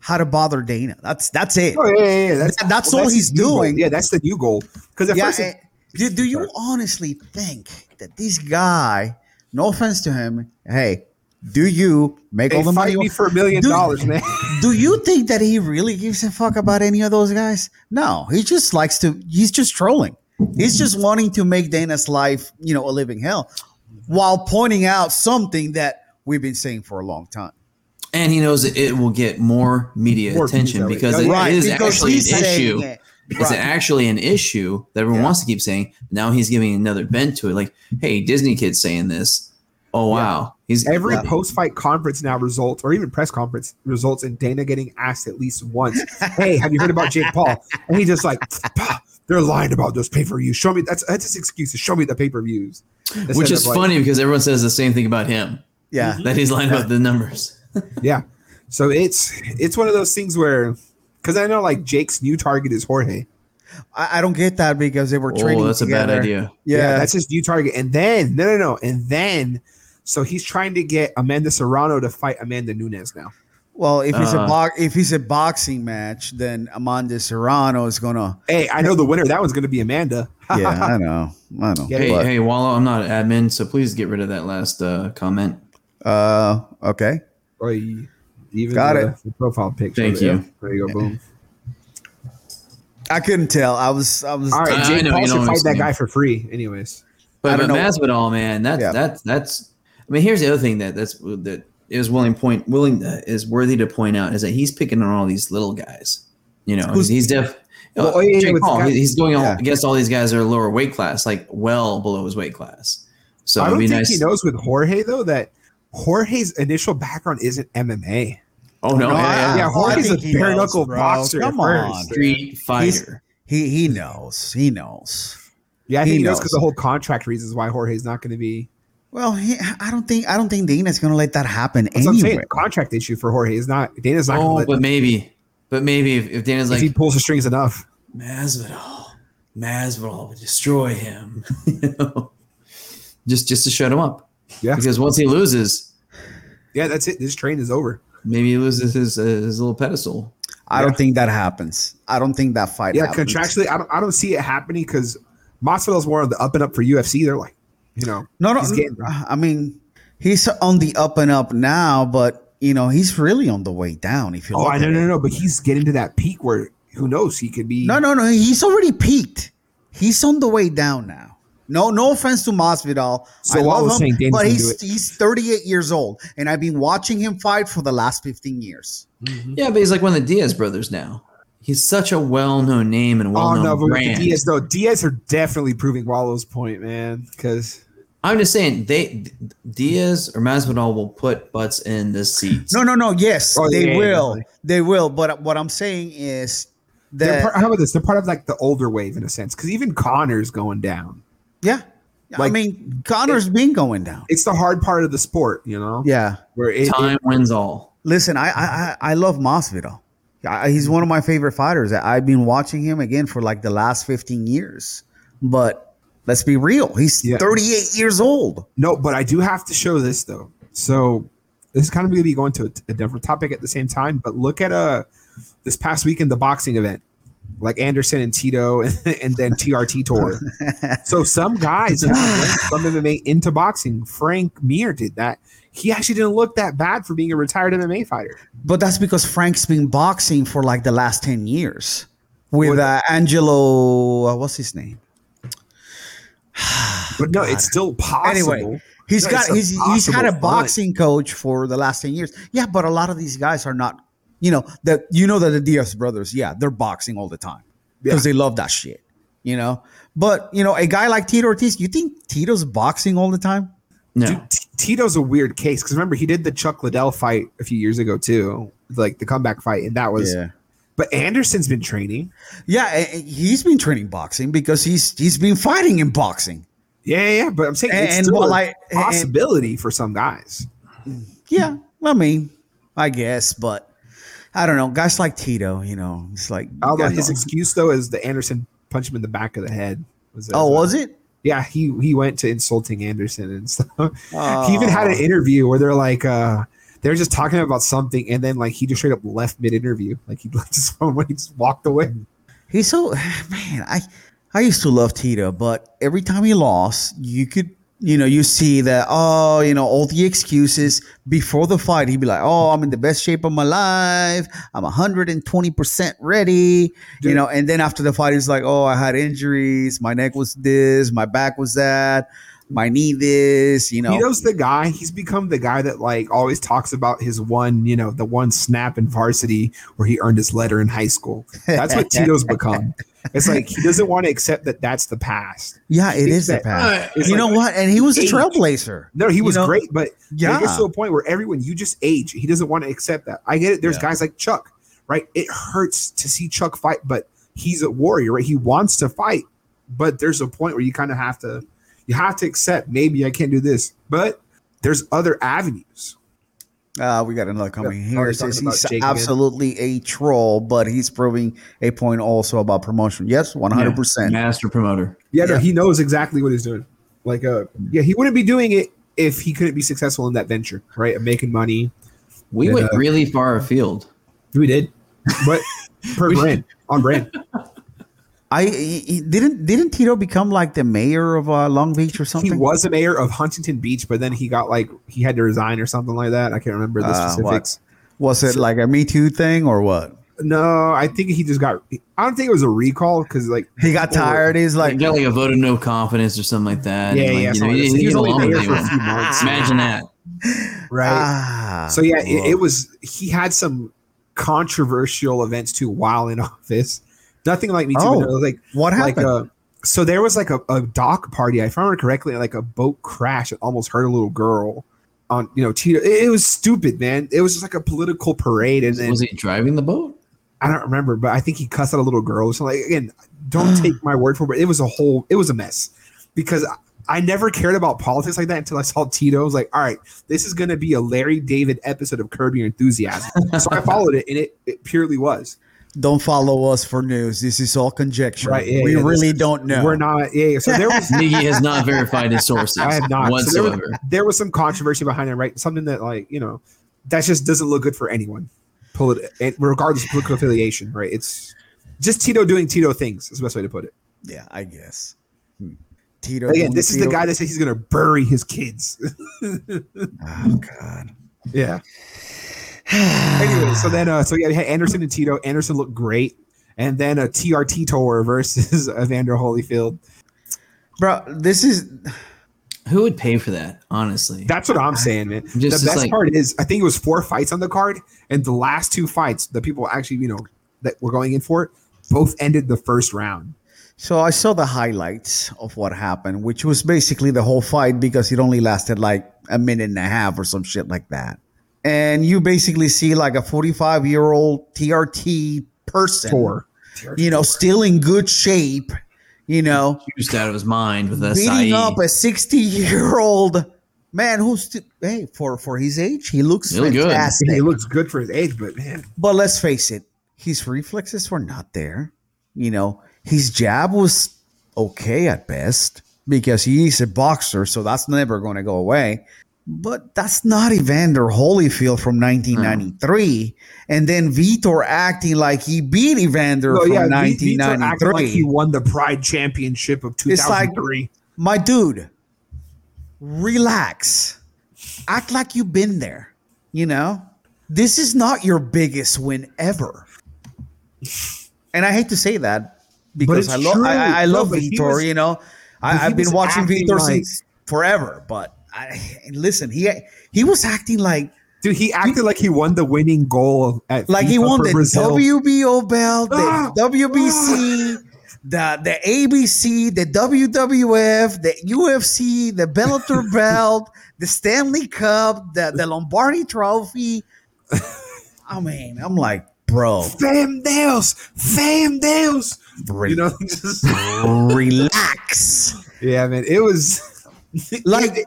Speaker 1: how to bother Dana. That's that's it.
Speaker 2: Oh yeah, yeah, yeah.
Speaker 1: That- that's all
Speaker 2: his
Speaker 1: he's
Speaker 2: new goal.
Speaker 1: doing.
Speaker 2: Yeah, that's the new goal. Because at
Speaker 1: yeah,
Speaker 2: first,
Speaker 1: eh, do, do you honestly think that this guy? No offense to him. Hey, do you make
Speaker 2: they
Speaker 1: all the
Speaker 2: fight
Speaker 1: money?
Speaker 2: me for a million
Speaker 1: Do-
Speaker 2: dollars, man.
Speaker 1: Do you think that he really gives a fuck about any of those guys? No, he just likes to. He's just trolling. He's just wanting to make Dana's life, you know, a living hell, while pointing out something that we've been saying for a long time.
Speaker 3: and he knows that it will get more media
Speaker 2: More
Speaker 3: attention
Speaker 2: views, I
Speaker 3: because
Speaker 2: mean.
Speaker 3: it,
Speaker 2: Right,
Speaker 3: it is
Speaker 1: because
Speaker 3: actually
Speaker 1: he's
Speaker 3: an
Speaker 1: saying
Speaker 3: issue.
Speaker 1: it.
Speaker 3: It's
Speaker 1: Right.
Speaker 3: actually an issue that everyone
Speaker 1: Yeah.
Speaker 3: wants to keep saying. Now he's giving another bent to it. Like, hey, Disney kid's saying this. Oh wow, he's
Speaker 2: Every
Speaker 3: yeah.
Speaker 2: post fight conference now results, or even press conference results in Dana getting asked at least once, "Hey, have you heard about Jake Paul?" And he just like, "Pah, "They're lying about those pay per views. Show me that's that's his excuses. Show me the pay per views."
Speaker 3: which is funny because everyone says the same thing about him
Speaker 1: Yeah.
Speaker 2: Mm-hmm.
Speaker 3: that he's lying about the numbers.
Speaker 2: Yeah. So it's it's one of those things where, because I know like Jake's new target is Jorge.
Speaker 1: I, I don't get that because they were training
Speaker 3: Oh, that's
Speaker 1: together.
Speaker 3: a bad idea.
Speaker 1: Yeah,
Speaker 2: that's his new target. And then no, no, no, and then so he's trying to get Amanda Serrano to fight Amanda Nunes now.
Speaker 1: well, if it's a
Speaker 3: Uh.
Speaker 1: bo- if it's a boxing match, then Amanda Serrano is gonna.
Speaker 2: Hey, I know the winner. That one's going to be Amanda.
Speaker 1: Yeah, I know, I know.
Speaker 2: Yeah,
Speaker 3: Hey,
Speaker 1: but,
Speaker 3: hey, Wallow, I'm not an admin, so please get rid of that last uh, comment.
Speaker 1: Uh, okay.
Speaker 2: Or you- even
Speaker 1: Got
Speaker 2: the,
Speaker 1: it.
Speaker 2: the profile picture.
Speaker 3: Thank
Speaker 2: there.
Speaker 3: you.
Speaker 2: There you go. Boom.
Speaker 1: I couldn't tell. I was, I was.
Speaker 2: All
Speaker 3: I-
Speaker 2: right,
Speaker 3: I
Speaker 2: Jake
Speaker 3: know,
Speaker 2: Paul
Speaker 3: you know what
Speaker 2: should
Speaker 3: I'm
Speaker 2: fight that
Speaker 3: saying.
Speaker 2: guy for free, anyways.
Speaker 1: I
Speaker 3: But,
Speaker 1: don't know.
Speaker 3: but Masvidal, man, that's
Speaker 1: Yeah.
Speaker 3: that's that's. I mean, here's the other thing that that's that is willing point willing that is worthy to point out is that he's picking on all these little guys. You know,
Speaker 1: Who's-
Speaker 3: he's, he's def.
Speaker 2: Well,
Speaker 3: uh,
Speaker 2: oh, yeah, yeah,
Speaker 3: Jake
Speaker 2: with the
Speaker 3: Paul,
Speaker 2: guy-
Speaker 3: he- he's going all,
Speaker 1: yeah.
Speaker 3: against all these guys that are lower weight class, like well below his weight class. So
Speaker 2: I
Speaker 3: it'd
Speaker 2: don't
Speaker 3: be
Speaker 2: think
Speaker 3: nice.
Speaker 2: he knows with Jorge though that Jorge's initial background isn't MMA.
Speaker 3: oh no,
Speaker 1: No,
Speaker 3: yeah,
Speaker 1: I-
Speaker 2: Yeah,
Speaker 1: I
Speaker 2: Jorge's a
Speaker 1: think he knows,
Speaker 2: bare knuckle
Speaker 1: bro.
Speaker 2: boxer.
Speaker 1: Come
Speaker 2: first.
Speaker 1: on.
Speaker 3: street fighter.
Speaker 1: He he knows. He knows.
Speaker 2: Yeah, I
Speaker 1: He
Speaker 2: think he knows
Speaker 1: knows.
Speaker 2: because the whole contract reasons why Jorge's not going to be.
Speaker 1: Well, he, I don't think I don't think Dana's gonna let that happen
Speaker 2: That's what I'm saying.
Speaker 1: anyway.
Speaker 2: The contract issue for Jorge is not. Dana's not
Speaker 3: Oh,
Speaker 2: going to let.
Speaker 3: but maybe, but maybe if, if Dana's
Speaker 2: if
Speaker 3: like
Speaker 2: he pulls the strings enough,
Speaker 3: Masvidal, Masvidal would destroy him. You know? Just just to shut him up.
Speaker 2: yeah,
Speaker 3: Because once he loses,
Speaker 2: yeah, that's it. This train is over.
Speaker 3: maybe he loses his uh, his little pedestal.
Speaker 1: I
Speaker 2: Yeah.
Speaker 1: don't think that happens. I don't think that fight.
Speaker 2: Yeah,
Speaker 1: happens.
Speaker 2: contractually, I don't, I don't see it happening because Masvidal's more on the up and up for UFC. They're like, you know,
Speaker 1: No, no. uh,
Speaker 2: he's getting-
Speaker 1: I mean, he's on the up and up now, but you know he's really on the way down. If you
Speaker 2: oh,
Speaker 1: look
Speaker 2: I
Speaker 1: at
Speaker 2: no,
Speaker 1: it.
Speaker 2: no, no, but he's getting to that peak where who knows he could be.
Speaker 1: No, no, no. He's already peaked. He's on the way down now. No, no offense to Masvidal.
Speaker 2: So
Speaker 1: I
Speaker 2: I was
Speaker 1: love
Speaker 2: saying
Speaker 1: him,
Speaker 2: Dana's
Speaker 1: but
Speaker 2: gonna
Speaker 1: he's
Speaker 2: do
Speaker 1: he's 38 years old, and I've been watching him fight for the last 15 years.
Speaker 2: Mm-hmm.
Speaker 3: Yeah, but he's like one of the Diaz brothers now. He's such a well known name and well
Speaker 2: Oh
Speaker 3: known
Speaker 2: no, but with the
Speaker 3: brand.
Speaker 2: Diaz though, Diaz are definitely proving Wallow's point, man. Because
Speaker 3: I'm just saying they Diaz or Masvidal will put butts in the seats.
Speaker 1: No, no, no. Yes,
Speaker 2: Oh,
Speaker 1: they
Speaker 2: yeah,
Speaker 1: will.
Speaker 2: definitely.
Speaker 1: They will. But what I'm saying is
Speaker 2: They're
Speaker 1: that-
Speaker 2: part, how about this? They're part of like the older wave in a sense, because even Connor's going down.
Speaker 1: yeah. I
Speaker 2: Like-
Speaker 1: mean, Connor's been going down.
Speaker 2: It's the hard part of the sport, you know.
Speaker 1: Yeah.
Speaker 2: where it, it-
Speaker 3: Time wins all.
Speaker 1: Listen, I I I- I love Masvidal. I, he's one of my favorite fighters. I, I've been watching him again for like the last 15 years. But let's be real, he's
Speaker 2: Yeah.
Speaker 1: 38 years old.
Speaker 2: No, but I do have to show this though. So this is kind of going to be going to a, a different topic at the same time. But look at uh this past weekend the boxing event, like Anderson and Tito, and, and then TRT tour. so some guys have went from MMA into boxing. Frank Mir did that. He actually didn't look that bad for being a retired MMA fighter.
Speaker 1: But that's because Frank's been boxing for like the last 10 years with
Speaker 2: With-
Speaker 1: uh, Angelo, uh, what's his name?
Speaker 2: But no, it's still possible.
Speaker 1: Anyway, he's
Speaker 2: No,
Speaker 1: got
Speaker 2: it's a
Speaker 1: he's he's had
Speaker 2: possible
Speaker 1: a
Speaker 2: fight.
Speaker 1: boxing coach for the last 10 years. Yeah, but a lot of these guys are not, you know, that you know that the Diaz brothers, yeah, they're boxing all the time because
Speaker 2: Yeah.
Speaker 1: they love that shit, you know. But, you know, a guy like Tito Ortiz, you think Tito's boxing all the time?
Speaker 3: No.
Speaker 2: Dude, T- Tito's a weird case because remember he did the Chuck Liddell fight a few years ago too, like the comeback fight, and that was. But Anderson's been training.
Speaker 1: Yeah, a- a- he's been training boxing because he's he's been fighting in boxing.
Speaker 2: Yeah, yeah, yeah, but I'm saying
Speaker 1: And-
Speaker 2: it's
Speaker 1: and
Speaker 2: still
Speaker 1: while
Speaker 2: a
Speaker 1: I- and-
Speaker 2: possibility for some guys.
Speaker 1: Yeah, I mean, I guess, but I don't know. Guys like Tito, you know, it's like
Speaker 2: Although
Speaker 1: God,
Speaker 2: his
Speaker 1: no.
Speaker 2: excuse though is that Anderson punched him in the back of the head. Was
Speaker 1: oh, was it?
Speaker 2: Yeah, he he went to insulting Anderson and stuff. he even had an
Speaker 1: Oh.
Speaker 2: interview where they're like, uh, they're just talking about something, and then like he just straight up left mid interview, like he left his phone when he just walked away.
Speaker 1: He's so man. I I used to love Tito, but every time he lost, you could you know you see that oh you know all the excuses before the fight. He'd be like, oh, I'm in the best shape of my life. I'm 120 percent ready. You
Speaker 2: Dude.
Speaker 1: know, and then after the fight, he's like, oh, I had injuries. My neck was this. My back was that. My knee this. You know.
Speaker 2: Tito's the guy. He's become the guy that like always talks about his one, you know, the one snap in varsity where he earned his letter in high school. That's what Tito's become. It's like he doesn't want to accept that that's the past.
Speaker 1: yeah, it is the
Speaker 2: that-
Speaker 1: path.
Speaker 2: it's
Speaker 1: you
Speaker 2: like-
Speaker 1: know what? And he was a
Speaker 2: Age.
Speaker 1: trailblazer.
Speaker 2: No, he
Speaker 1: You
Speaker 2: was
Speaker 1: know?
Speaker 2: great, but yeah.
Speaker 1: Yeah.
Speaker 2: it gets to a point where everyone you just age. He doesn't want to accept that. I get it. There's
Speaker 1: Yeah.
Speaker 2: guys like Chuck, right? It hurts to see Chuck fight, but he's a warrior, right? He wants to fight, but there's a point where you kind of have to you have to accept maybe I can't do this, but there's other avenues.
Speaker 1: Uh, we got another comment
Speaker 2: Yeah,
Speaker 1: here.
Speaker 2: already
Speaker 1: It says
Speaker 2: talking about
Speaker 1: he's
Speaker 2: Jake again.
Speaker 1: absolutely a troll, but he's proving a point also about promotion. Yes, one hundred percent.
Speaker 3: Master promoter.
Speaker 2: Yeah,
Speaker 1: Yeah.
Speaker 2: no, he knows exactly what he's doing. Like, uh, yeah, he wouldn't be doing it if he couldn't be successful in that venture, right? Of making money.
Speaker 3: We
Speaker 2: Yeah.
Speaker 3: went really far afield.
Speaker 2: We did, but per
Speaker 3: We-
Speaker 2: brand on brand.
Speaker 1: I he- he- didn't didn't Tito become like the mayor of uh, Long Beach or something?
Speaker 2: He was a mayor of Huntington Beach, but then he got like he had to resign or something like that. I can't remember the
Speaker 1: Uh, what?
Speaker 2: specifics.
Speaker 1: Was it like a Me Too thing or what?
Speaker 2: No, I think he just got. I don't think it was a recall because like
Speaker 1: He got
Speaker 2: people were-
Speaker 1: tired. He's
Speaker 3: Like,
Speaker 1: like,
Speaker 3: got like a vote of no confidence or something like that.
Speaker 2: Yeah,
Speaker 3: And, like,
Speaker 2: yeah,
Speaker 3: you know,
Speaker 2: something
Speaker 3: he didn't
Speaker 2: like that. He
Speaker 3: get
Speaker 2: was only
Speaker 3: along with
Speaker 2: there for a
Speaker 3: anyone.
Speaker 2: few months.
Speaker 3: Imagine that.
Speaker 2: right?
Speaker 1: ah,
Speaker 2: so yeah, it, it
Speaker 1: look.
Speaker 2: was. He had some controversial events too while in office. Nothing like me too.
Speaker 1: Oh.
Speaker 2: but it was like
Speaker 1: what
Speaker 2: like
Speaker 1: happened?
Speaker 2: uh so there was like a, a dock party if i remember correctly like a boat crash that almost hurt a little girl on you know Tito. It, it was stupid man it was just like a political parade and then
Speaker 3: Was he driving the boat?
Speaker 2: i don't remember but i think he cussed out a little girl so like again don't
Speaker 1: Hmm.
Speaker 2: take my word for it but it was a whole it was a mess because I, I never cared about politics like that until I saw Tito. I was like, all right, this is going to be a Larry David episode of Curb Your Enthusiasm. so I followed it, and it, it purely was.
Speaker 1: don't follow us for news. This is all conjecture.
Speaker 2: Right, yeah,
Speaker 1: we
Speaker 2: yeah, this
Speaker 1: really don't know.
Speaker 2: We're not, yeah. yeah. So there was
Speaker 3: Miggy has not verified his sources
Speaker 2: I have not. So there was-
Speaker 3: whatsoever.
Speaker 2: there was some controversy behind it, right? Something that, like, you know, that just doesn't look good for anyone, polit- and regardless of political affiliation, right? It's just Tito doing Tito things, is the best way to put it.
Speaker 1: Yeah, I guess. Hmm. Tito.
Speaker 2: Again, this is the
Speaker 1: Tito-
Speaker 2: guy that says he's going to bury his kids.
Speaker 1: Oh God.
Speaker 2: yeah. Anyway, so then, uh, so yeah, we had Anderson and Tito. Anderson looked great. And then a TRT tour versus Evander Holyfield.
Speaker 1: Bro, this is
Speaker 3: Who would pay for that, honestly?
Speaker 2: That's what I'm saying, man.
Speaker 3: Just- just
Speaker 2: the best
Speaker 3: like-
Speaker 2: part is, I think it was four fights on the card, and the last two fights, the people actually, you know, that were going in for it, both ended the first round.
Speaker 1: So I saw the highlights of what happened, which was basically the whole fight because it only lasted like a minute and a half or some shit like that. And you basically see like a 45 year old TRT person
Speaker 2: Four.
Speaker 1: you know, still in good shape, you know,
Speaker 3: Juiced out of his mind with that.
Speaker 1: beating up a 60 year old man who's, st- hey, for, for his age, he looks
Speaker 3: He look good.
Speaker 1: fantastic.
Speaker 2: He looks good for his age, but man,
Speaker 1: But let's face it, his reflexes were not there. You know, his jab was okay at best because he's a boxer, so that's never going to go away. But that's not Evander Holyfield from 1993. And then Vitor acting like he beat Evander
Speaker 2: no,
Speaker 1: from
Speaker 2: yeah, Vi- Vitor acted
Speaker 1: 1993.
Speaker 2: like he won the Pride Championship of
Speaker 1: It's like-
Speaker 2: 2003.
Speaker 1: My dude, relax. Act like you've been there. You know, this is not your biggest win ever. And I hate to say that because
Speaker 2: it's
Speaker 1: I, love
Speaker 2: true.
Speaker 1: I, I- I
Speaker 2: No,
Speaker 1: love
Speaker 2: but he
Speaker 1: Vitor.
Speaker 2: was-
Speaker 1: you know,
Speaker 2: but he
Speaker 1: I, I've been
Speaker 2: was
Speaker 1: watching
Speaker 2: acting
Speaker 1: Vitor
Speaker 2: like-
Speaker 1: since forever. But I listen, he he was acting like
Speaker 2: Dude, he acted like he won the winning goal of- at
Speaker 1: like he
Speaker 2: FIFA
Speaker 1: won
Speaker 2: for
Speaker 1: the
Speaker 2: Brazil.
Speaker 1: WBO belt, the
Speaker 2: Ah!
Speaker 1: WBC, the the ABC, the WWF, the UFC, the Bellator belt, the Stanley Cup, the, the Lombardi Trophy. I mean, I'm like, bro,
Speaker 2: Fam Deus, Fam Deus.
Speaker 1: re-
Speaker 2: You know, just,
Speaker 1: relax.
Speaker 2: yeah, man. It was
Speaker 1: Like-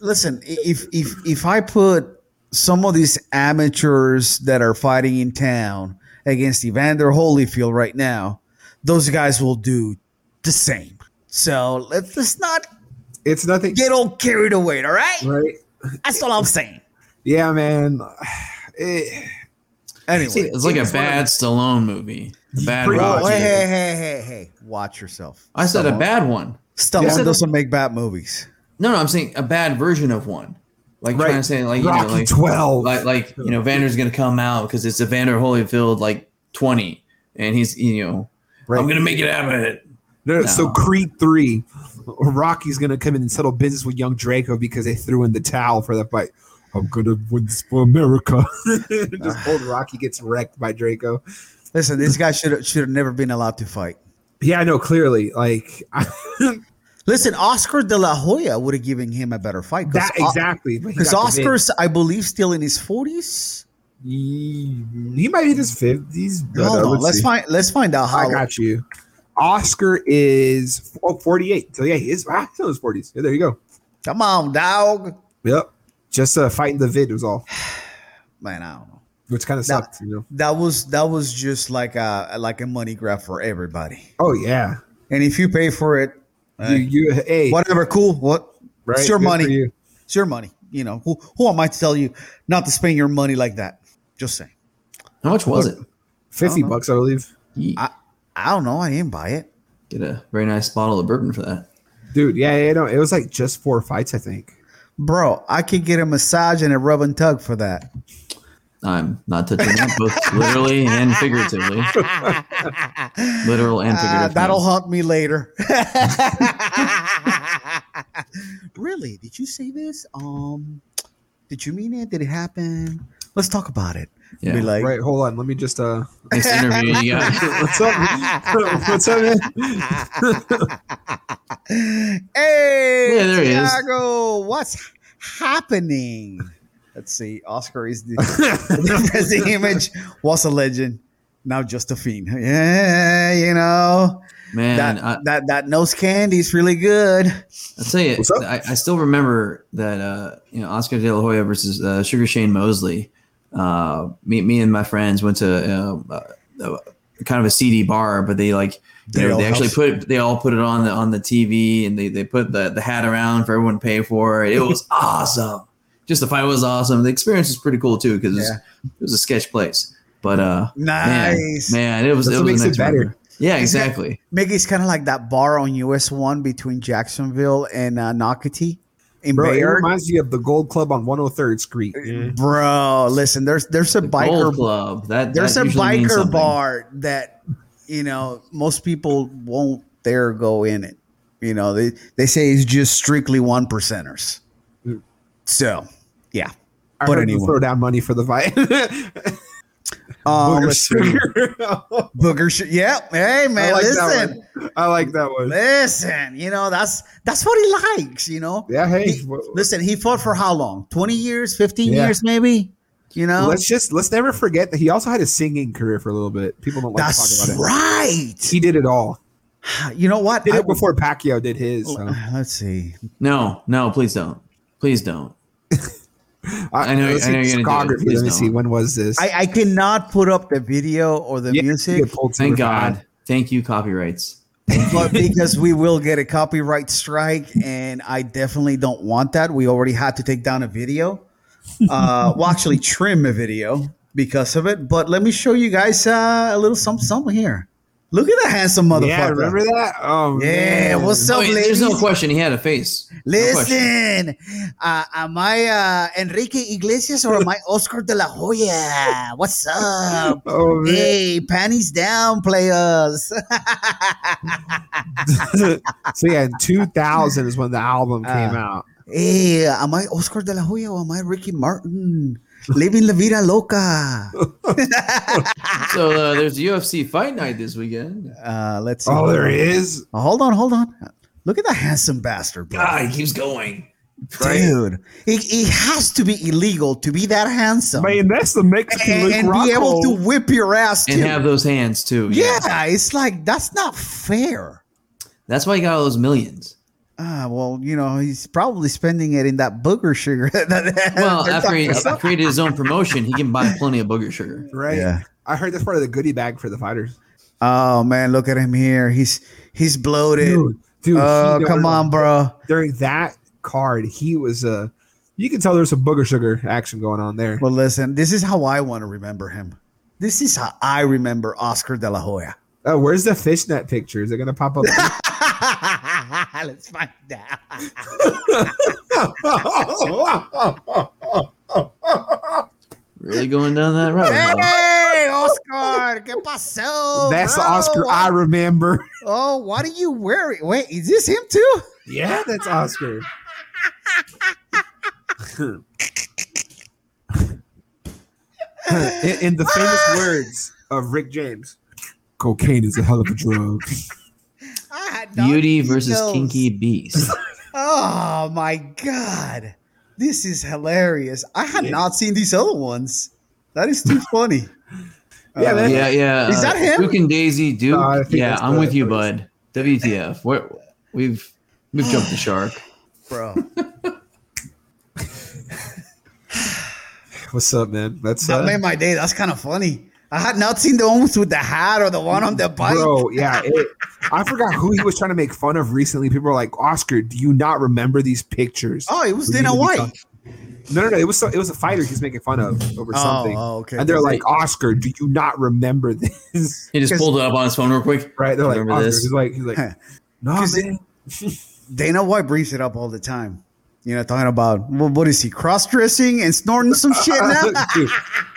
Speaker 1: Listen, i- if if if I put some of these amateurs that are fighting in town against Evander Holyfield right now, those guys will do the same. So let's, let's not
Speaker 2: it's nothing,
Speaker 1: get all carried away, all right?
Speaker 2: right?
Speaker 1: That's all I'm saying.
Speaker 2: Yeah, man. It,
Speaker 1: Anyway,
Speaker 3: It's like a
Speaker 2: It's one of
Speaker 3: bad Stallone movie. A bad
Speaker 2: Pretty
Speaker 1: Bro,
Speaker 3: Rocky.
Speaker 1: hey, hey, hey, hey, hey, watch yourself.
Speaker 3: I said a
Speaker 1: Stallone-
Speaker 3: bad one.
Speaker 1: Stallone
Speaker 2: Yeah.
Speaker 1: doesn't make bad movies.
Speaker 3: No, no, I'm saying a bad version of one. Like
Speaker 2: Right.
Speaker 3: trying to say, like you
Speaker 2: Rocky
Speaker 3: know, like,
Speaker 2: 12.
Speaker 3: like like you know, Vander's gonna come out because it's a Vander Holyfield like 20, and he's you know,
Speaker 2: Right.
Speaker 3: I'm gonna make it out of it.
Speaker 2: No, So
Speaker 3: No.
Speaker 2: Creed three, Rocky's gonna come in and settle business with Young Draco because they threw in the towel for the fight. I'm gonna win this for America. Just old Rocky gets wrecked by Draco.
Speaker 1: Listen, this guy should should have never been allowed to fight.
Speaker 2: Yeah, I know clearly. Like
Speaker 1: Listen, Oscar De La Hoya would have given him a better fight. 'cause
Speaker 2: that
Speaker 1: O-
Speaker 2: exactly. but he
Speaker 1: Because
Speaker 2: got the win.
Speaker 1: Oscar's, I believe, still in his forties.
Speaker 2: he, he might be in his fifties. but,
Speaker 1: Hold
Speaker 2: uh,
Speaker 1: on, let's
Speaker 2: see.
Speaker 1: find let's find out
Speaker 2: I
Speaker 1: how.
Speaker 2: got you. Oscar is oh, 48. So yeah, he is. Ah, he's in his forties. Yeah, there you go.
Speaker 1: Come on, dog.
Speaker 2: Yep. Just uh, fighting the vid was all,
Speaker 1: Man, I don't know.
Speaker 2: which kind of
Speaker 1: Nah.
Speaker 2: sucked. You know.
Speaker 1: That was that was just like a like a money grab for everybody.
Speaker 2: Oh yeah.
Speaker 1: And if you pay for it, uh,
Speaker 2: You, you hey.
Speaker 1: whatever, cool. What?
Speaker 2: right?
Speaker 1: It's your
Speaker 2: Good for
Speaker 1: money.
Speaker 2: you.
Speaker 1: It's your money. You know who? Who am I to tell you not to spend your money like that? Just saying.
Speaker 3: How much was it?
Speaker 2: Fifty
Speaker 1: I don't know.
Speaker 2: bucks, I believe.
Speaker 3: Ye-
Speaker 1: I I don't know. I didn't buy it.
Speaker 3: Get a very nice bottle of bourbon for that.
Speaker 2: Dude, yeah, yeah, no, it was like just four fights, I think.
Speaker 1: Bro, I could get a massage and a rub and tug for that.
Speaker 3: I'm not touching that, both literally and figuratively. Literal and
Speaker 1: Ah,
Speaker 3: figurative.
Speaker 1: that'll
Speaker 3: now.
Speaker 1: haunt me later. really? Did you say this? Um, did you mean it? Did it happen? Let's talk about it.
Speaker 3: Yeah.
Speaker 1: Be like,
Speaker 2: Right, hold on. Let me just uh
Speaker 3: Next interview you got.
Speaker 2: what's up? what's up, man?
Speaker 1: hey,
Speaker 3: Yeah, there he is.
Speaker 1: Tiago, what's happening? Let's see. Oscar is the, the image was a legend, now just a fiend. Yeah, you know
Speaker 3: Man,
Speaker 1: that
Speaker 3: I,
Speaker 1: that that nose candy is really good.
Speaker 3: I'll tell you,
Speaker 2: What's up?
Speaker 3: I, I still remember that uh, you know Oscar De La Hoya versus uh, Sugar Shane Mosley. Uh, me, me and my friends went to uh, uh, kind of a CD bar, but they like
Speaker 1: They
Speaker 3: they,
Speaker 1: all
Speaker 3: they actually
Speaker 1: helped.
Speaker 3: put they all put it on the on the TV and they, they put the, the hat around for everyone to pay for. It was awesome. Just the fight was awesome. The experience was pretty cool too because
Speaker 1: Yeah.
Speaker 3: it was a sketch place. But uh, man,
Speaker 1: Nice.
Speaker 3: man, it was
Speaker 2: That's
Speaker 3: it
Speaker 2: what
Speaker 3: was
Speaker 2: makes it
Speaker 3: an
Speaker 2: better.
Speaker 3: experience. Yeah,
Speaker 1: Isn't it-
Speaker 3: exactly.
Speaker 1: Mickey's kind of like that bar on US one between Jacksonville and uh, Nocatee in
Speaker 2: Bro, it
Speaker 1: Bayard.
Speaker 2: reminds me of the Gold Club on 103rd Street.
Speaker 1: Bro, listen, there's there's a biker
Speaker 3: Gold Club. That
Speaker 1: there's
Speaker 3: that
Speaker 1: a
Speaker 3: usually means
Speaker 1: biker
Speaker 3: something.
Speaker 1: bar that you know most people won't dare go in it. You know they they say it's just strictly one percenters. So yeah,
Speaker 2: I
Speaker 1: but
Speaker 2: heard you
Speaker 1: anyway,
Speaker 2: throw down money for the fight.
Speaker 1: uh,
Speaker 2: Booger
Speaker 1: let's see.
Speaker 2: sugar. I
Speaker 1: Booger sugar. Yep. Hey man,
Speaker 2: like that
Speaker 1: listen,
Speaker 2: one. I like that one.
Speaker 1: listen. You know that's that's what he likes. You know.
Speaker 2: Yeah, hey.
Speaker 1: He-
Speaker 2: wh-
Speaker 1: Listen, he fought for how long? 20 years, 15
Speaker 2: Yeah.
Speaker 1: years, maybe? You know,
Speaker 2: let's just let's never forget that he also had a singing career for a little bit. People don't like to talk
Speaker 1: that's
Speaker 2: about
Speaker 1: right.
Speaker 2: it. He did it all.
Speaker 1: You know what?
Speaker 2: Did
Speaker 1: I
Speaker 2: it
Speaker 1: would-
Speaker 2: before Pacquiao did his.
Speaker 1: Oh,
Speaker 2: So.
Speaker 1: Let's see.
Speaker 3: No, no, please don't. Please don't. I know-
Speaker 2: let's
Speaker 3: I know
Speaker 2: see
Speaker 3: you're gonna do it.
Speaker 2: discography.
Speaker 3: Please
Speaker 2: Let me
Speaker 3: don't.
Speaker 2: see when was this.
Speaker 1: I, I cannot put up the video or the
Speaker 2: Yeah, he
Speaker 1: music
Speaker 2: got pulled
Speaker 3: Thank
Speaker 2: super
Speaker 3: God.
Speaker 2: bad.
Speaker 3: Thank you, copyrights.
Speaker 1: but because we will get a copyright strike, and I definitely don't want that. We already had to take down a video. Uh, well, actually, trim a video because of it. But let me show you guys uh, a little something, something here. Look at that handsome motherfucker.
Speaker 2: Yeah, remember that? Oh
Speaker 1: Yeah,
Speaker 2: man.
Speaker 1: what's
Speaker 3: No,
Speaker 1: up,
Speaker 3: there's
Speaker 1: ladies?
Speaker 3: no question he had a face. No question.
Speaker 1: Listen, uh, am I uh, Enrique Iglesias or am I Oscar de la Hoya? What's up?
Speaker 2: Oh man.
Speaker 1: Hey, panties down, players.
Speaker 2: so yeah, in 2000 is when the album
Speaker 1: Uh,
Speaker 2: came out.
Speaker 1: Hey, am I Oscar de la Hoya or am I Ricky Martin? Living la vida loca.
Speaker 3: So uh, there's UFC fight night this weekend.
Speaker 1: Uh, let's see.
Speaker 2: Oh, there he is.
Speaker 1: Oh, Hold on, hold on. Look at that handsome bastard, bro.
Speaker 3: God, he keeps going.
Speaker 1: Dude, it, it has to be illegal to be that handsome
Speaker 2: Man, that's the Mexican
Speaker 1: and,
Speaker 2: Luke
Speaker 1: and be able to
Speaker 2: Rockhold.
Speaker 1: whip your ass too.
Speaker 3: And have those hands too.
Speaker 1: yeah, it's like that's not fair.
Speaker 3: That's why he got all those millions.
Speaker 1: Ah, well, you know, he's probably spending it in that booger sugar. that-
Speaker 3: Well,
Speaker 1: they're
Speaker 3: after he
Speaker 1: talking about.
Speaker 3: created his own promotion, he can buy plenty of booger sugar.
Speaker 2: Right.
Speaker 1: Yeah.
Speaker 2: I heard that's part of the goodie bag for the fighters.
Speaker 1: Oh man, look at him here. He's he's bloated.
Speaker 2: dude.
Speaker 1: oh,
Speaker 3: Uh,
Speaker 2: he-
Speaker 1: come on, bro.
Speaker 2: During that card, he was Uh, you can tell there's some booger sugar action going on there.
Speaker 1: Well, listen, this is how I want to remember him. This is how I remember Oscar De La Hoya.
Speaker 2: Oh, where's the fishnet picture? Is it gonna pop up?
Speaker 1: Let's find out.
Speaker 3: Really going down that road. huh?
Speaker 1: Hey, Oscar, ¿qué pasó?
Speaker 2: that's the
Speaker 1: bro?
Speaker 2: Oscar I
Speaker 1: What-
Speaker 2: remember.
Speaker 1: Oh, what are you wearing? Wait, is this him too?
Speaker 2: Yeah, that's Oscar. in, in the famous words of Rick James, cocaine is a hell of a drug.
Speaker 1: I had Ah, no
Speaker 3: Beauty versus
Speaker 1: details.
Speaker 3: Kinky Beast.
Speaker 1: Oh my god, this is hilarious. I had
Speaker 2: Yeah.
Speaker 1: not seen these other ones. That is too funny.
Speaker 2: Yeah, man.
Speaker 3: Yeah, yeah.
Speaker 1: Oh, Is
Speaker 3: uh,
Speaker 1: that him?
Speaker 3: Duke and Daisy Duke.
Speaker 2: No, I think
Speaker 3: yeah,
Speaker 2: that's
Speaker 3: I'm
Speaker 2: the-
Speaker 3: with you, bud. WTF? We're, we've we've jumped the shark.
Speaker 1: bro.
Speaker 2: What's up, man? That's
Speaker 1: That made
Speaker 2: uh,
Speaker 1: my day. That's kind of funny. I had not seen the ones with the hat or the one on the bike.
Speaker 2: bro. Yeah, it- I forgot who he was trying to make fun of recently. People were like, Oscar, do you not remember these pictures?
Speaker 1: Oh, it was
Speaker 2: We
Speaker 1: Dana
Speaker 2: need to be
Speaker 1: White.
Speaker 2: talking- No, no, no. It was so, it was a fighter he's making fun of over something.
Speaker 1: Oh, okay.
Speaker 2: And they're
Speaker 1: That's
Speaker 2: like, Oscar, do you not remember this?
Speaker 3: He just
Speaker 1: Because-
Speaker 3: pulled it up on his phone real quick.
Speaker 2: Right? They're like,
Speaker 3: Remember
Speaker 2: Oscar.
Speaker 3: this?
Speaker 2: He's like, he's like,
Speaker 1: Huh.
Speaker 2: no,
Speaker 1: Because
Speaker 2: man.
Speaker 1: Dana White brings it up all the time. You know, talking about wha- what is he cross dressing and snorting some shit now?
Speaker 2: Dude.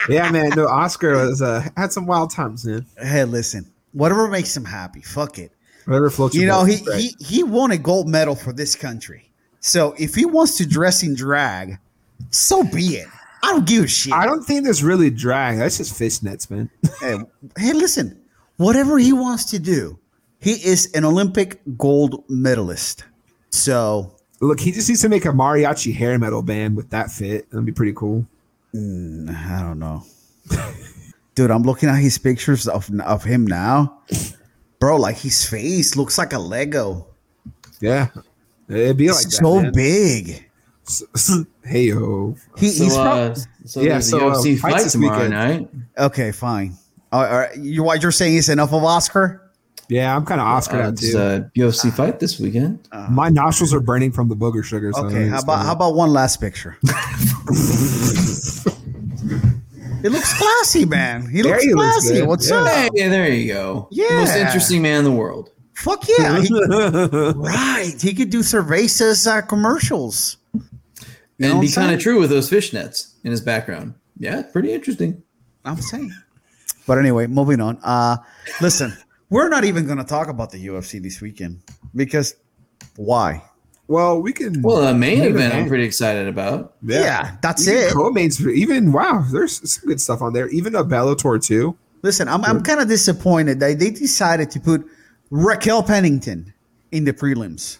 Speaker 2: yeah, man. No, Oscar was uh, had some wild times, man.
Speaker 1: hey, listen, whatever makes him happy, fuck it.
Speaker 2: Whatever floats
Speaker 1: You
Speaker 2: your
Speaker 1: know,
Speaker 2: boat.
Speaker 1: he,
Speaker 2: Right.
Speaker 1: he he won a gold medal for this country. So if he wants to dress in drag, so be it. I don't give a shit.
Speaker 2: I don't think there's really drag. That's just fishnets, man.
Speaker 1: hey, hey, listen, whatever he wants to do, he is an Olympic gold medalist. So
Speaker 2: Look, he just needs to make a mariachi hair metal band with that fit. That'd be pretty cool.
Speaker 1: I don't know, dude. I'm looking at his pictures of of him now, bro. Like his face looks like a Lego.
Speaker 2: Yeah, it'd be like
Speaker 1: It's
Speaker 2: that,
Speaker 1: so
Speaker 2: man.
Speaker 1: big.
Speaker 2: hey yo,
Speaker 1: He,
Speaker 3: So,
Speaker 1: he's prob-
Speaker 3: uh, so
Speaker 2: Yeah,
Speaker 3: there's
Speaker 2: so,
Speaker 3: a
Speaker 2: uh,
Speaker 3: UFC
Speaker 2: fights
Speaker 3: fight
Speaker 2: this
Speaker 3: tomorrow
Speaker 2: weekend.
Speaker 3: night.
Speaker 1: okay, fine. All right, all right. You, what you're saying is enough of Oscar.
Speaker 2: yeah, uh, I'm kind of Oscar
Speaker 3: Uh,
Speaker 2: out
Speaker 3: it's
Speaker 2: too.
Speaker 3: a UFC fight this weekend.
Speaker 2: My nostrils are burning from the booger sugar. So
Speaker 1: Okay, how about how about one last picture? it looks classy, man. He
Speaker 2: There
Speaker 1: looks
Speaker 2: he looks
Speaker 1: classy.
Speaker 2: good.
Speaker 1: What's
Speaker 2: Yeah.
Speaker 1: up?
Speaker 3: Hey, yeah, there you go. The most
Speaker 1: Yeah.
Speaker 3: interesting man in the world.
Speaker 1: Fuck yeah! He- right, he could do Cerveza's uh, commercials. know
Speaker 3: and
Speaker 1: what
Speaker 3: be
Speaker 1: I'm saying?
Speaker 3: kind of true with those fishnets in his background. Yeah, pretty interesting.
Speaker 1: I'm saying. But anyway, moving on. Uh listen, we're not even going to talk about the UFC this weekend because why?
Speaker 2: well, we can.
Speaker 3: Well, the main
Speaker 2: Main
Speaker 3: event I'm
Speaker 2: event.
Speaker 3: pretty excited about.
Speaker 1: Yeah, that's
Speaker 2: even
Speaker 1: it.
Speaker 2: Co-mains, even wow, there's some good stuff on there. Even a Bellator too.
Speaker 1: Listen, I'm I'm kind of disappointed that they decided to put Raquel Pennington in the prelims.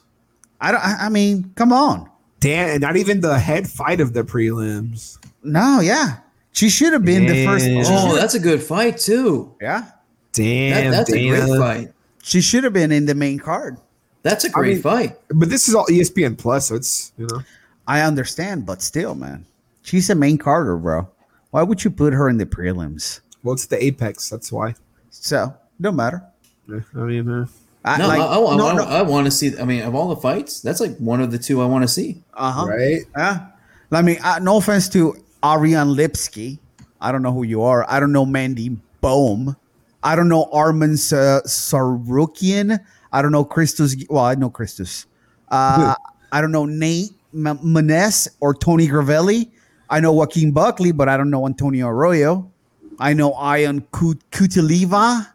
Speaker 1: I don't. I I mean, come on.
Speaker 2: Dan, and not even the head fight of the prelims.
Speaker 1: No, yeah. She should have been the first.
Speaker 2: Damn.
Speaker 1: she
Speaker 3: Oh,
Speaker 1: should-
Speaker 3: that's a good fight too.
Speaker 1: yeah,
Speaker 3: That,
Speaker 2: Damn,
Speaker 3: that's a
Speaker 2: Dana.
Speaker 3: great fight.
Speaker 1: she should have been in the main card.
Speaker 3: That's a great
Speaker 2: mean-
Speaker 3: fight.
Speaker 2: But this is all E ESPN Plus, so it's you know.
Speaker 1: I understand, but still, man, she's a main carder, bro. Why would you put her in the prelims?
Speaker 2: Well, it's the apex. That's why.
Speaker 1: So no matter.
Speaker 2: Yeah, I mean, uh,
Speaker 1: I,
Speaker 3: No,
Speaker 1: like,
Speaker 3: I, I,
Speaker 1: no,
Speaker 3: I,
Speaker 1: no,
Speaker 3: I want to see. I mean, of all the fights, that's like one of the two I want to see.
Speaker 1: uh-huh.
Speaker 2: right?
Speaker 1: Yeah. I mean, uh, no offense to Ariane Lipsky. I don't know who you are. I don't know Mandy Bohm. I don't know Armin Sa- Sarukian. I don't know Christus. Well, I know Christus. Uh, I don't know Nate M- Maness or Tony Gravelli. I know Joaquin Buckley, but I don't know Antonio Arroyo. I know Ion Kut- Kutileva.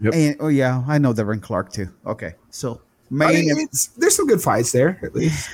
Speaker 2: Yep.
Speaker 1: And, oh, yeah. I know Devin Clark, too. Okay. So,
Speaker 2: I
Speaker 1: main,
Speaker 2: mean, it's, there's some good fights there, at least.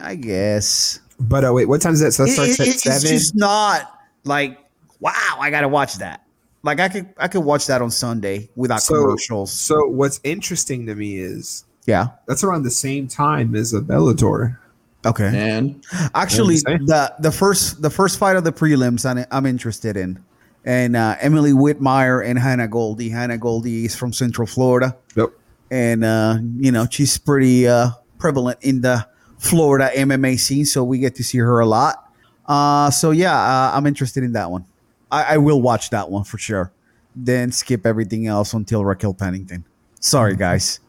Speaker 1: I guess.
Speaker 2: But uh, wait, what time is that? So that
Speaker 1: It-
Speaker 2: starts
Speaker 1: it-
Speaker 2: at
Speaker 1: it's
Speaker 2: seven.
Speaker 1: just not like wow, I gotta watch that. Like I could I could watch that on Sunday without
Speaker 2: So-
Speaker 1: commercials.
Speaker 2: So what's interesting to me is
Speaker 1: Yeah.
Speaker 2: that's around the same time as a Bellator.
Speaker 1: Okay.
Speaker 3: And
Speaker 1: Actually,
Speaker 2: What did you
Speaker 1: the the first the first fight of the prelims I'm, I'm interested in, and uh, Emily Whitmire and Hannah Goldie. Hannah Goldie is from Central Florida,
Speaker 2: Yep.
Speaker 1: and uh, you know she's pretty uh, prevalent in the Florida MMA scene, so we get to see her a lot. Uh, so yeah, uh, I'm interested in that one. I, I will watch that one for sure. Then skip everything else until Raquel Pennington. Sorry, guys.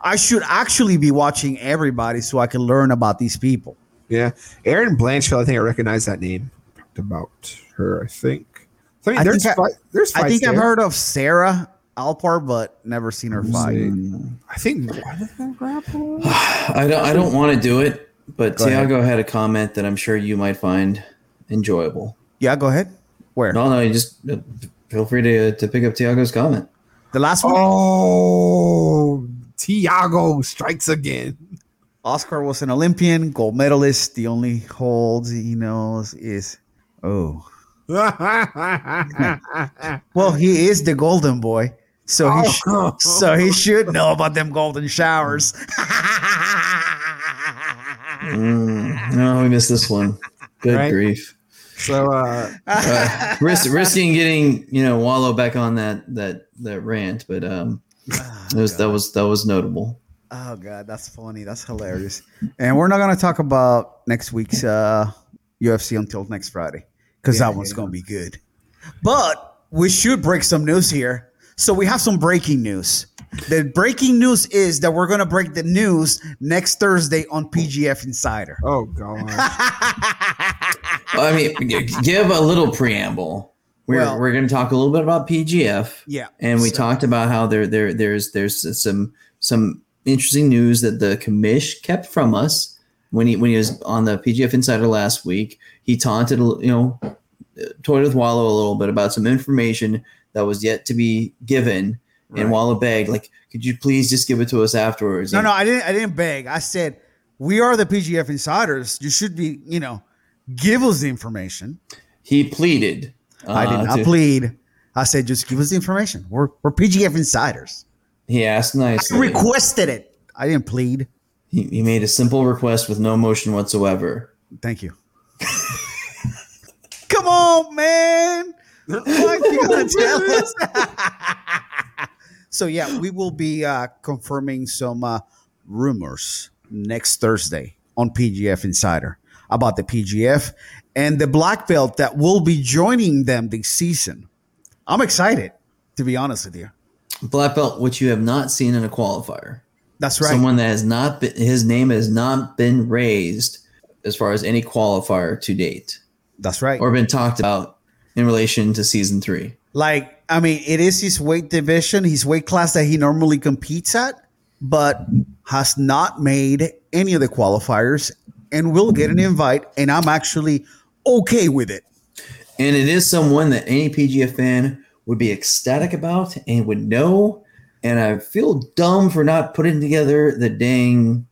Speaker 1: I should actually be watching everybody so I can learn about these people.
Speaker 2: Yeah, Aaron Blanchfield. I think I recognize that name. Talked about her. I think. So, I mean,
Speaker 1: I
Speaker 2: there's
Speaker 1: think I-
Speaker 2: fight, there's fights
Speaker 1: I think I've
Speaker 2: there.
Speaker 1: heard of Sarah Alpar, but never seen her fight.
Speaker 2: I think one of them grappled.
Speaker 3: I don't. I don't want to do it. But
Speaker 1: Go ahead.
Speaker 3: Tiago had a comment that I'm sure you might find enjoyable.
Speaker 1: Yeah, go ahead. Where
Speaker 3: No, no, you just uh, feel free to to pick up Tiago's comment.
Speaker 1: the last one?
Speaker 2: Oh, Tiago strikes again.
Speaker 1: Oscar was an Olympian, gold medalist. The only holds he knows is oh,
Speaker 2: oh,
Speaker 1: well, he is the golden boy, so he sh- so he should know about them golden showers.
Speaker 3: Mm, no, we missed this one. Good
Speaker 2: Right.
Speaker 3: grief.
Speaker 2: so uh,
Speaker 3: Uh, risk, risking getting you know Wallow back on that that that rant, but um,
Speaker 1: Ah,
Speaker 3: it was, that was that was notable.
Speaker 1: Oh god, that's funny. That's hilarious. And we're not gonna talk about next week's uh, UFC until next Friday because that one's gonna be good. But we should break some news here. So we have some breaking news. The breaking news is that we're gonna break the news next Thursday on PGF Insider.
Speaker 2: oh god,
Speaker 3: I mean, g- give a little preamble. We're
Speaker 1: Well-
Speaker 3: we're going to talk a little bit about PGF.
Speaker 1: Yeah,
Speaker 3: and we
Speaker 1: so-
Speaker 3: talked about how there there there's there's some some interesting news that the commish kept from us when he when he was on the PGF Insider last week. He taunted a li- you know toyed with Wallow a little bit about some information that was yet to be given, and Wallow begged like, "Could you please just give it to us afterwards?"
Speaker 1: No,
Speaker 3: And
Speaker 1: no, I didn't. I didn't beg. I said we are the PGF Insiders. You should be, you know, give us the information.
Speaker 3: He pleaded.
Speaker 1: I
Speaker 3: uh,
Speaker 1: did not
Speaker 3: to-
Speaker 1: plead. I said, just give us the information. We're, we're PGF insiders.
Speaker 3: He asked
Speaker 1: I
Speaker 3: nicely.
Speaker 1: requested it. I didn't plead.
Speaker 3: he, he made a simple request with no motion whatsoever.
Speaker 1: Thank you. Come on, man. Why you gonna tell us? so yeah, we will be uh, confirming some uh, rumors next Thursday on PGF Insider about the PGF and the black belt that will be joining them this season. I'm excited, to be honest with you.
Speaker 3: Black belt, which you have not seen in a qualifier.
Speaker 1: That's right.
Speaker 3: someone that has not been his name has not been raised as far as any qualifier to date
Speaker 1: That's right.
Speaker 3: or been talked about in relation to season three.
Speaker 1: Like, I mean, it is his weight division, his weight class that he normally competes at, but has not made any of the qualifiers and will get an invite. And I'm actually okay with it.
Speaker 3: And it is someone that any PGF fan would be ecstatic about and would know. And I feel dumb for not putting together the dang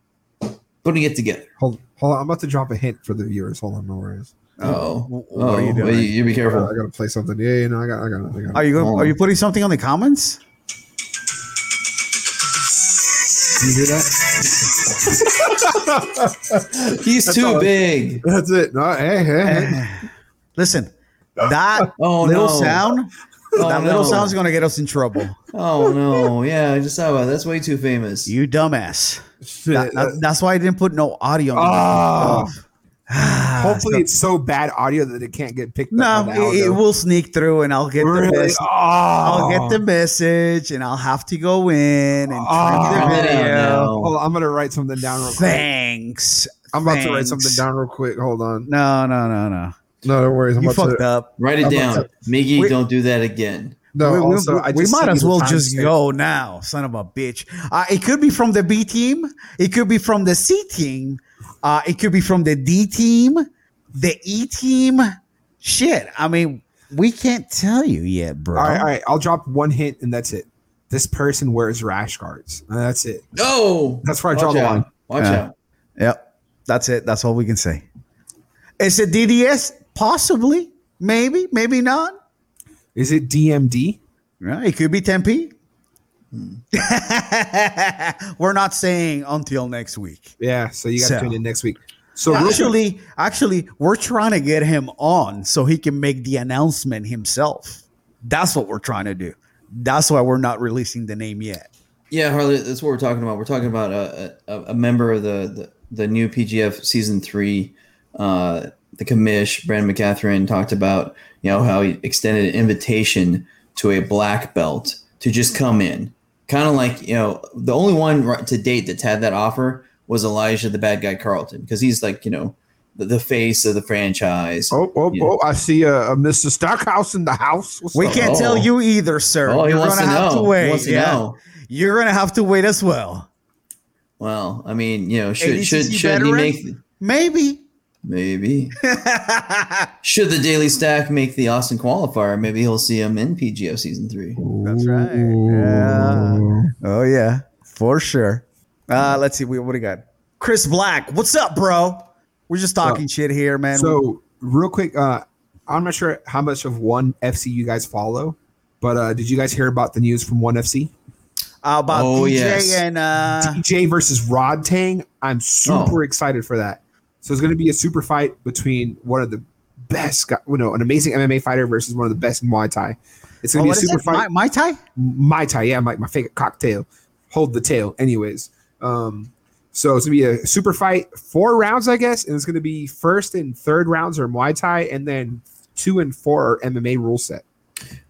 Speaker 3: putting it together.
Speaker 2: hold hold on, I'm about to drop a hint for the viewers. Hold on, no worries.
Speaker 3: Oh,
Speaker 1: Wh- what are you
Speaker 3: Oh,
Speaker 1: doing?
Speaker 3: You be
Speaker 2: I
Speaker 3: careful.
Speaker 2: gotta play something. Yeah, you know, I got, I got, I got.
Speaker 1: Are you going,
Speaker 3: Oh.
Speaker 1: are you putting something on the comments?
Speaker 2: you hear that?
Speaker 3: He's too big.
Speaker 1: Eh,
Speaker 2: That's it. No, hey, hey, hey.
Speaker 1: Listen, That
Speaker 3: Oh,
Speaker 1: little
Speaker 3: no.
Speaker 1: sound,
Speaker 3: Oh,
Speaker 1: that little
Speaker 3: no.
Speaker 1: sound's gonna get us in trouble.
Speaker 3: Oh no! Yeah, I just saw that. That's way too famous.
Speaker 1: You dumbass.
Speaker 2: Shit.
Speaker 1: That- that- that's why I didn't put no audio.
Speaker 2: Ah.
Speaker 1: on Ah,
Speaker 2: Hopefully,
Speaker 1: so-
Speaker 2: it's so bad audio that it can't get picked up.
Speaker 1: no,
Speaker 2: on
Speaker 1: it, it
Speaker 2: Aldo.
Speaker 1: will sneak through, and I'll get the
Speaker 2: Really?
Speaker 1: message.
Speaker 2: Oh.
Speaker 1: I'll get the message, and I'll have to go in and trim
Speaker 2: Oh,
Speaker 1: the video.
Speaker 3: no.
Speaker 2: Hold on, I'm gonna write something down real quick.
Speaker 1: Thanks.
Speaker 2: I'm about to write
Speaker 1: thanks.
Speaker 2: something down real quick. Hold on.
Speaker 1: No, no, no, no.
Speaker 2: No, no worries. I'm
Speaker 1: You
Speaker 2: about
Speaker 1: fucked
Speaker 2: to.
Speaker 1: up.
Speaker 3: Write it
Speaker 2: I'm
Speaker 3: down,
Speaker 2: about
Speaker 3: Miggy.
Speaker 1: We-
Speaker 3: don't do that again.
Speaker 2: No,
Speaker 1: we, we-
Speaker 2: also, I
Speaker 1: we
Speaker 2: just
Speaker 1: might
Speaker 2: sent
Speaker 1: as
Speaker 2: you the
Speaker 1: well just
Speaker 2: timestamp.
Speaker 1: go now, son of a bitch. Uh, it could be from the B team. It could be from the C team. Uh, it could be from the D team, the E team. Shit, I mean, we can't tell you yet, bro.
Speaker 2: All right, all right. I'll drop one hint and that's it. This person wears rash guards. And that's it.
Speaker 3: No,
Speaker 2: That's where I draw
Speaker 3: watch
Speaker 2: the line.
Speaker 3: out! Watch
Speaker 1: Yeah.
Speaker 3: out!
Speaker 1: Yep, that's it. That's all we can say. Is it DDS? Possibly, maybe, maybe not.
Speaker 2: Is it DMD?
Speaker 1: Yeah, it could be Tempe. Hmm. We're not saying until next week.
Speaker 2: Yeah. So you got to
Speaker 1: So.
Speaker 2: tune in next week. So real quick-
Speaker 1: actually, actually, we're trying to get him on so he can make the announcement himself. That's what we're trying to do. That's why we're not releasing the name yet.
Speaker 3: Yeah, Harley, that's what we're talking about. We're talking about a, a, a member of the, the, the new PGF season three. Uh, the commish, Brandon McCatherine, talked about you know how he extended an invitation to a black belt to just come in, kind of like you know the only one right to date that's had that offer was Elijah the Bad Guy Carlton because he's like you know the, the face of the franchise.
Speaker 2: oh, oh,
Speaker 3: Yeah.
Speaker 2: oh, I see a, uh Mr. Stockhouse in the house. What's
Speaker 1: We
Speaker 2: up?
Speaker 1: can't
Speaker 3: Oh.
Speaker 1: tell you either, sir.
Speaker 3: Oh, he
Speaker 1: You're
Speaker 3: wants
Speaker 1: gonna
Speaker 3: to
Speaker 1: have
Speaker 3: know.
Speaker 1: to
Speaker 3: He
Speaker 1: wait.
Speaker 3: wants to
Speaker 1: yeah.
Speaker 3: know.
Speaker 1: You're gonna have to wait as well.
Speaker 3: Well, I mean, you know, should should
Speaker 1: ADCC
Speaker 3: should he
Speaker 1: veteran?
Speaker 3: make
Speaker 1: Maybe.
Speaker 3: maybe should the Daily Stack make the Austin qualifier? Maybe he'll see him in PGO season three.
Speaker 1: That's right. Yeah. Oh yeah, for sure. Uh, let's see. We what do we got? Chris Black, what's up, bro? We're just talking shit here, man.
Speaker 2: So real quick, uh, I'm not sure how much of one FC you guys follow, but uh, did you guys hear about the news from one FC?
Speaker 1: Uh, about
Speaker 3: Oh,
Speaker 1: DJ
Speaker 3: yes.
Speaker 1: and uh,
Speaker 2: DJ versus Rod Tang. I'm
Speaker 1: Oh.
Speaker 2: super excited for that. So it's going to be a super fight between one of the best, guy, you know, an amazing MMA fighter versus one of the best in Muay Thai. It's
Speaker 1: oh,
Speaker 2: going to
Speaker 1: what
Speaker 2: be a
Speaker 1: is
Speaker 2: super
Speaker 1: it?
Speaker 2: fight.
Speaker 1: Mai, Mai Tai?
Speaker 2: Mai Tai, yeah, my, my favorite cocktail. Hold the tail, anyways. Um, so it's gonna be a super fight, four rounds, I guess, and it's gonna be first and third rounds are Muay Thai, and then two and four are MMA rule set.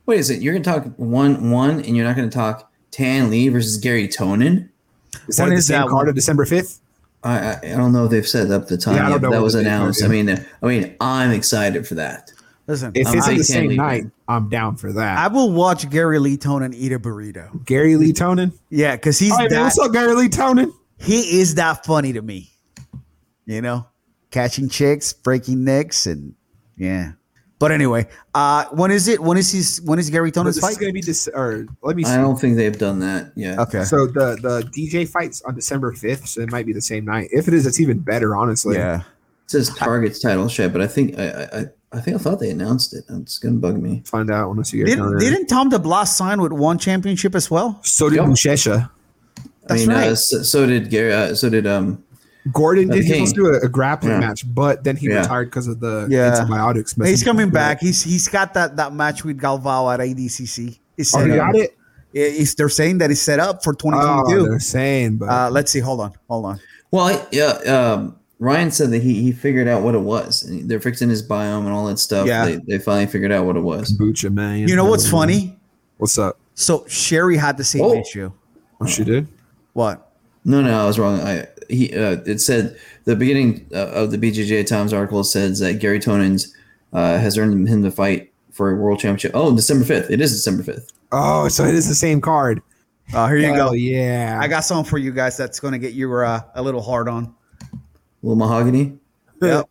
Speaker 3: Wait a second, you're gonna talk one one, and you're not gonna talk Tan Lee versus Gary Tonin.
Speaker 2: Is that
Speaker 1: When
Speaker 2: at the
Speaker 1: is
Speaker 2: same
Speaker 1: that
Speaker 2: card
Speaker 1: one?
Speaker 2: of December fifth?
Speaker 3: I, I I don't know if they've set up the time.
Speaker 2: Yeah,
Speaker 3: yet,
Speaker 2: I don't know
Speaker 3: but that
Speaker 2: when
Speaker 3: was
Speaker 2: they do,
Speaker 3: announced. I
Speaker 2: yeah.
Speaker 3: mean, I mean, I'm excited for that.
Speaker 1: Listen,
Speaker 2: If
Speaker 3: I'm
Speaker 2: it's
Speaker 3: a
Speaker 2: on
Speaker 3: big Tan
Speaker 2: the same
Speaker 3: Lee
Speaker 2: night,
Speaker 3: fan.
Speaker 2: I'm down for that.
Speaker 1: I will watch Gary Lee Tonin eat a burrito.
Speaker 2: Gary Lee Tonin.
Speaker 1: Yeah, because he's
Speaker 2: All right, man,
Speaker 1: that,
Speaker 2: what's up, Gary Lee Tonin?
Speaker 1: he is that funny to me. You know, catching chicks, breaking necks, and yeah. But anyway, uh, when is it? When is his? When is Gary
Speaker 2: This
Speaker 1: Tonin's
Speaker 2: fight's
Speaker 1: fight?
Speaker 2: gonna be this. Or let me see.
Speaker 3: I don't think they've done that yet.
Speaker 1: Okay.
Speaker 2: So the the DJ fights on December fifth, so it might be the same night. If it is, it's even better, honestly.
Speaker 1: yeah.
Speaker 3: It says Target's title shit, but I think I, I- I I think I thought they announced it. It's gonna bug me.
Speaker 2: Find out when I see Gary
Speaker 1: Didn't,
Speaker 2: Tonin.
Speaker 1: didn't Tom DeBlas sign with one championship as well?
Speaker 2: So did
Speaker 3: Yep.
Speaker 2: Mushesha.
Speaker 1: That's
Speaker 3: I mean,
Speaker 1: right.
Speaker 3: uh, so, so did Gary. Uh, so did um.
Speaker 2: Gordon did
Speaker 3: Okay.
Speaker 2: he was do a, a grappling
Speaker 3: Yeah.
Speaker 2: match, but then he
Speaker 3: Yeah.
Speaker 2: retired because of the
Speaker 1: Yeah.
Speaker 2: antibiotics. messing
Speaker 1: He's coming
Speaker 2: with
Speaker 1: back. He's he's got that that match with Galvao at ADCC. It's
Speaker 2: it. Oh,
Speaker 1: set
Speaker 2: he
Speaker 1: up.
Speaker 2: got it.
Speaker 1: It- it's- they're saying that it's set up for
Speaker 2: Oh, they're
Speaker 1: 2022.
Speaker 2: saying, but
Speaker 1: uh, let's see. Hold on. Hold on.
Speaker 3: Well, I- yeah. Um, Ryan said that he he figured out what it was. And they're fixing his biome and all that stuff.
Speaker 1: Yeah.
Speaker 3: They, they finally figured out what it was.
Speaker 2: kombucha, man.
Speaker 1: You know what's funny?
Speaker 2: What's up?
Speaker 1: So Sherry had the same
Speaker 3: Oh.
Speaker 1: issue.
Speaker 2: Oh, she did.
Speaker 1: What?
Speaker 3: No, no, I was wrong. I he uh, it said the beginning uh, of the BJJ Times article says that Gary Tonin's uh, has earned him the fight for a world championship. Oh, December fifth. It is December fifth.
Speaker 2: Oh, so it is the same card.
Speaker 1: Uh, here you
Speaker 2: Hell
Speaker 1: go.
Speaker 2: Yeah,
Speaker 1: I got something for you guys that's going to get you uh, a little hard on.
Speaker 3: Little mahogany.
Speaker 1: Yep.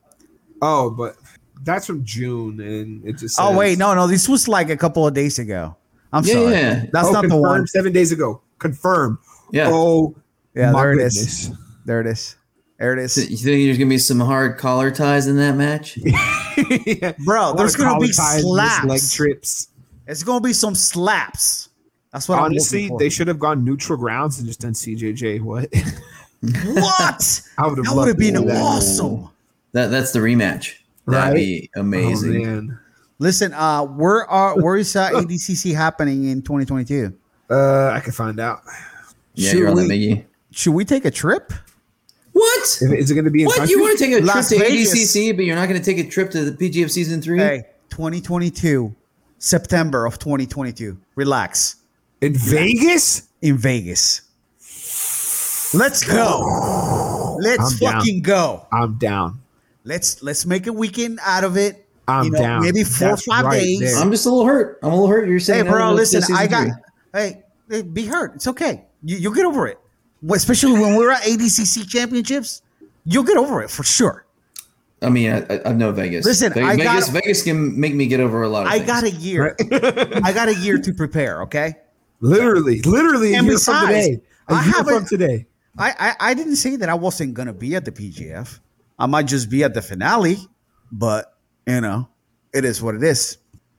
Speaker 2: Oh, but that's from June, and it just.
Speaker 1: oh
Speaker 2: says-
Speaker 1: wait, no, no. This was like a couple of days ago. I'm
Speaker 3: Yeah,
Speaker 1: sorry.
Speaker 3: yeah.
Speaker 1: That's
Speaker 2: Oh,
Speaker 1: not the
Speaker 2: confirmed
Speaker 1: one.
Speaker 2: Seven days ago, confirm.
Speaker 3: Yeah.
Speaker 2: Oh,
Speaker 1: Yeah,
Speaker 2: my
Speaker 1: there it is.
Speaker 2: goodness.
Speaker 1: There it is. There it
Speaker 3: So
Speaker 1: is.
Speaker 3: you think there's gonna be some hard collar ties in that match?
Speaker 2: Yeah.
Speaker 1: Bro, Oh, there's
Speaker 2: A lot of
Speaker 1: going to be
Speaker 2: college ties, missed Leg
Speaker 1: slaps.
Speaker 2: trips.
Speaker 1: It's going to be some slaps. That's what I'm
Speaker 2: Honestly,
Speaker 1: looking for.
Speaker 2: they should have gone neutral grounds and just done CJJ. What?
Speaker 1: What?
Speaker 2: I would have
Speaker 1: That
Speaker 2: loved
Speaker 1: would have been
Speaker 2: to do
Speaker 3: that.
Speaker 1: awesome.
Speaker 3: That that's the rematch. That'd
Speaker 2: Right?
Speaker 3: be amazing.
Speaker 2: Oh, man.
Speaker 1: Listen, uh, where are where is uh, ADCC happening in 2022?
Speaker 2: Uh, I can find out.
Speaker 3: Yeah,
Speaker 1: Should
Speaker 3: you're on that,
Speaker 1: we-
Speaker 3: Miggy.
Speaker 1: Should we take a trip?
Speaker 3: What?
Speaker 2: If- Is it going to be in
Speaker 3: What?
Speaker 2: country?
Speaker 3: You want to take a
Speaker 1: Las
Speaker 3: trip to
Speaker 1: Vegas.
Speaker 3: ADCC, but you're not going to take a trip to the PGF season three?
Speaker 1: Hey, 2022, September of 2022. Relax
Speaker 2: in Vegas?
Speaker 1: in Vegas. Let's go. Let's
Speaker 2: I'm down.
Speaker 1: fucking go.
Speaker 2: I'm down.
Speaker 1: Let's let's make a weekend out of it.
Speaker 2: I'm down.
Speaker 1: Maybe four
Speaker 2: That's
Speaker 1: or five
Speaker 2: right
Speaker 1: days.
Speaker 2: there.
Speaker 3: I'm just a little hurt. I'm a little hurt. You're
Speaker 1: Hey,
Speaker 3: saying, no,
Speaker 1: bro,
Speaker 3: no, it's
Speaker 1: listen,
Speaker 3: just
Speaker 1: I
Speaker 3: season
Speaker 1: got.
Speaker 3: three.
Speaker 1: Hey, hey, be hurt. It's okay. You, you'll get over it. Well, Especially when we're at ADCC championships, you'll get over it for sure.
Speaker 3: I mean, I, I- I know Vegas.
Speaker 1: Listen,
Speaker 3: Vegas,
Speaker 1: I got-
Speaker 3: Vegas, Vegas can make me get over a lot. Of
Speaker 1: I
Speaker 3: things.
Speaker 1: got a year. I got a year to prepare. Okay.
Speaker 2: Literally, literally a
Speaker 1: And
Speaker 2: year from
Speaker 1: besides,
Speaker 2: today. A
Speaker 1: I
Speaker 2: year
Speaker 1: haven't-
Speaker 2: from today.
Speaker 1: I, I I didn't say that I wasn't gonna be at the PGF. I might just be at the finale, but you know, it is what it is.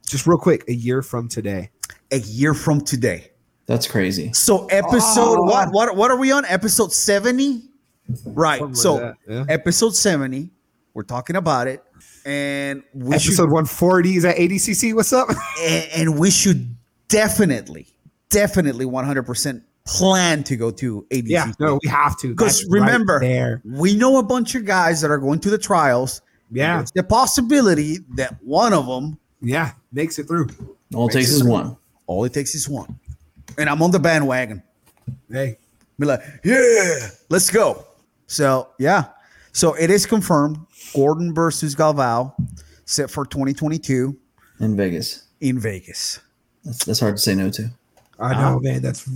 Speaker 2: Just real quick, a year from today.
Speaker 1: A year from today.
Speaker 3: That's crazy.
Speaker 1: So episode
Speaker 2: Ah.
Speaker 1: what what what are we on? Episode 70? Right.
Speaker 2: Something like
Speaker 1: so
Speaker 2: that, yeah.
Speaker 1: episode 70. We're talking about it. And we
Speaker 2: Episode 140 is at ADCC. What's up?
Speaker 1: should and, and we should definitely, definitely 100 percent plan to go to ADC.
Speaker 2: yeah, no, we have to.
Speaker 1: Because
Speaker 2: That's right
Speaker 1: remember,
Speaker 2: there.
Speaker 1: we know a bunch of guys that are going to the trials.
Speaker 2: Yeah.
Speaker 1: There's the possibility that one of them,
Speaker 2: Yeah, makes it through.
Speaker 3: All it takes is one.
Speaker 1: all it takes is one. And I'm on the bandwagon.
Speaker 2: Hey,
Speaker 1: Be like, yeah, let's go. So yeah, so it is confirmed. Gordon versus Galvao, set for 2022
Speaker 3: In Vegas,
Speaker 1: in Vegas.
Speaker 3: that's, that's hard to say no to.
Speaker 2: I
Speaker 1: Ah.
Speaker 2: know, man. That's.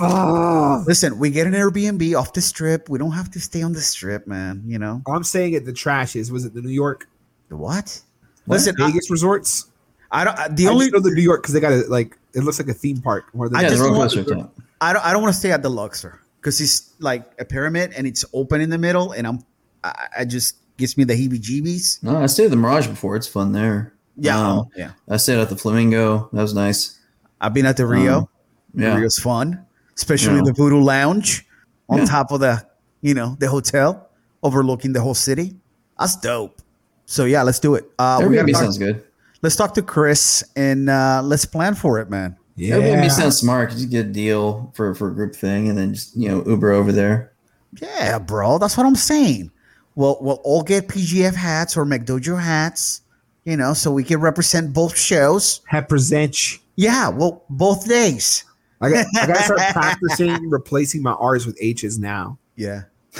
Speaker 2: Oh,
Speaker 1: Listen, we get an Airbnb off the strip. We don't have to stay on the strip, man. You know
Speaker 2: I'm saying it. The trash is. Was it the New York
Speaker 1: the what? Listen, I,
Speaker 2: Vegas resorts?
Speaker 1: I don't. I- The
Speaker 2: I
Speaker 1: only
Speaker 2: just know the New York because they got it like it looks like a theme park. More than
Speaker 1: I
Speaker 3: Yeah, the
Speaker 1: just
Speaker 3: roller
Speaker 1: want-
Speaker 3: coaster talk.
Speaker 1: I don't. I don't want to stay at the Luxor because it's like a pyramid and it's open in the middle, and I'm. I, I just gives me the heebie-jeebies.
Speaker 3: No, I stayed at the Mirage before. It's fun there.
Speaker 1: Yeah, oh,
Speaker 3: Um,
Speaker 1: yeah.
Speaker 3: I stayed at the Flamingo. That was nice.
Speaker 1: I've been at the Rio.
Speaker 3: Um, Yeah.
Speaker 1: Rio's fun, especially
Speaker 3: Yeah.
Speaker 1: the Voodoo Lounge on
Speaker 3: Yeah.
Speaker 1: top of the, you know, the hotel overlooking the whole city. That's dope. So yeah, let's do it. Uh, we gotta
Speaker 3: Airbnb
Speaker 1: talk-
Speaker 3: sounds good.
Speaker 1: let's talk to Chris and uh, let's plan for it, man.
Speaker 2: yeah.
Speaker 3: Airbnb sounds smart because you get a deal for, for a group thing and then just, you know, Uber over there.
Speaker 1: Yeah, bro, that's what I'm saying. We'll we'll all get PGF hats or McDojo hats, you know, so we can represent both shows.
Speaker 2: represent.
Speaker 1: Yeah, well, both days.
Speaker 2: I got, I got to start practicing replacing my R's with H's now.
Speaker 1: Yeah.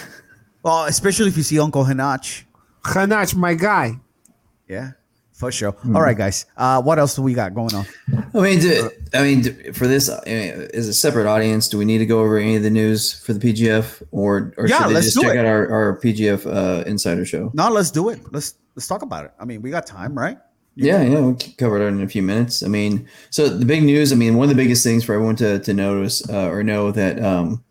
Speaker 1: Well, especially if you see Uncle Hanach.
Speaker 2: Khanach, my guy.
Speaker 1: Yeah, for sure.
Speaker 2: Hmm.
Speaker 1: All right, guys. Uh, what else do we got going on?
Speaker 3: I mean, do, I mean, do, for this, I mean, is a separate audience. Do we need to go over any of the news for the PGF, or or
Speaker 1: Yeah,
Speaker 3: should they
Speaker 1: let's
Speaker 3: just
Speaker 1: do
Speaker 3: check
Speaker 1: it.
Speaker 3: out our, our PGF uh, Insider Show?
Speaker 1: No, let's do it. Let's let's talk about it. I mean, we got time, right?
Speaker 3: Yeah, yeah, we'll c- cover it in a few minutes. I mean, so the big news. I mean, one of the biggest things for everyone to to notice uh, or know that um,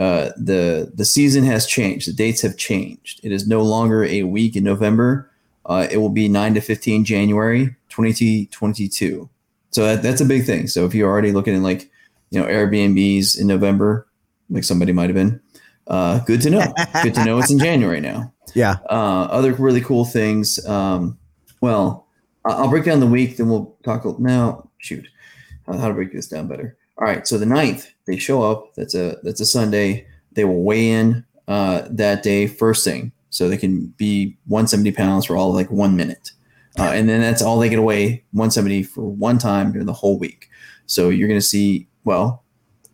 Speaker 3: uh, the the season has changed. The dates have changed. It is no longer a week in November. Uh, it will be nine to fifteen January, twenty twenty two. So that, that's a big thing. So if you're already looking at like you know Airbnbs in November, like somebody might have been, uh, good to know. good to know it's in January now
Speaker 1: Yeah.
Speaker 3: uh, other really cool things. Um, well, I- I'll break down the week, then we'll talk. a- No, shoot, how, how to break this down better. All right, so the 9th, they show up. That's a that's a Sunday. They will weigh in uh, that day first thing, so they can be 170 pounds for all like one minute, uh, and then that's all they get away 170 for one time during the whole week. So you're gonna see. Well,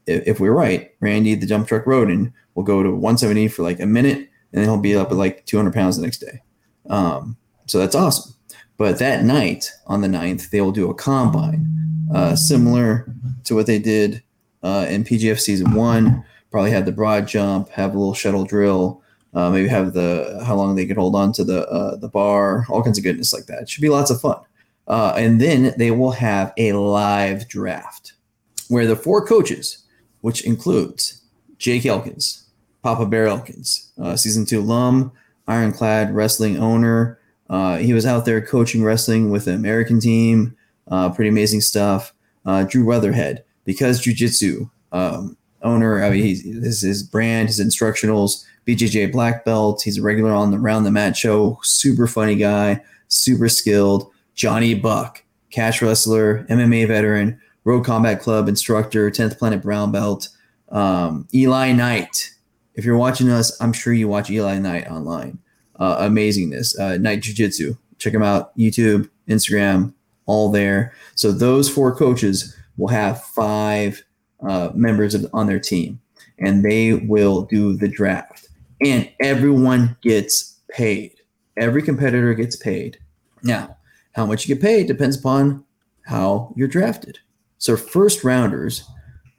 Speaker 3: if, if we're right, Randy the dump truck Roden will go to 170 for like a minute, and then he'll be up at like 200 pounds the next day. Um, so that's awesome. But that night on the 9th, they will do a combine uh, similar to what they did uh, in PGF season one. Probably have the broad jump, have a little shuttle drill, uh, maybe have the how long they could hold on to the uh, the bar, all kinds of goodness like that. Should be lots of fun. Uh, and then they will have a live draft where the four coaches, which includes Jake Elkins, Papa Bear Elkins, uh, season two alum, ironclad wrestling owner. Uh, he was out there coaching wrestling with the American team. Uh, pretty amazing stuff. Uh, Drew Weatherhead, because jujitsu um, owner, I mean, he's, this is his brand, his instructionals, BJJ black belt. He's a regular on the Round the Mat show. Super funny guy, super skilled. Johnny Buck, catch wrestler, MMA veteran, Road Combat Club instructor, 10th Planet Brown Belt, um, Eli Knight. If you're watching us, I'm sure you watch Eli Knight online. Uh, amazingness. Uh, Knight Jiu Jitsu. Check them out. YouTube, Instagram, all there. So those four coaches will have five uh, members of, on their team, and they will do the draft. And everyone gets paid. Every competitor gets paid. Now, how much you get paid depends upon how you're drafted. So first rounders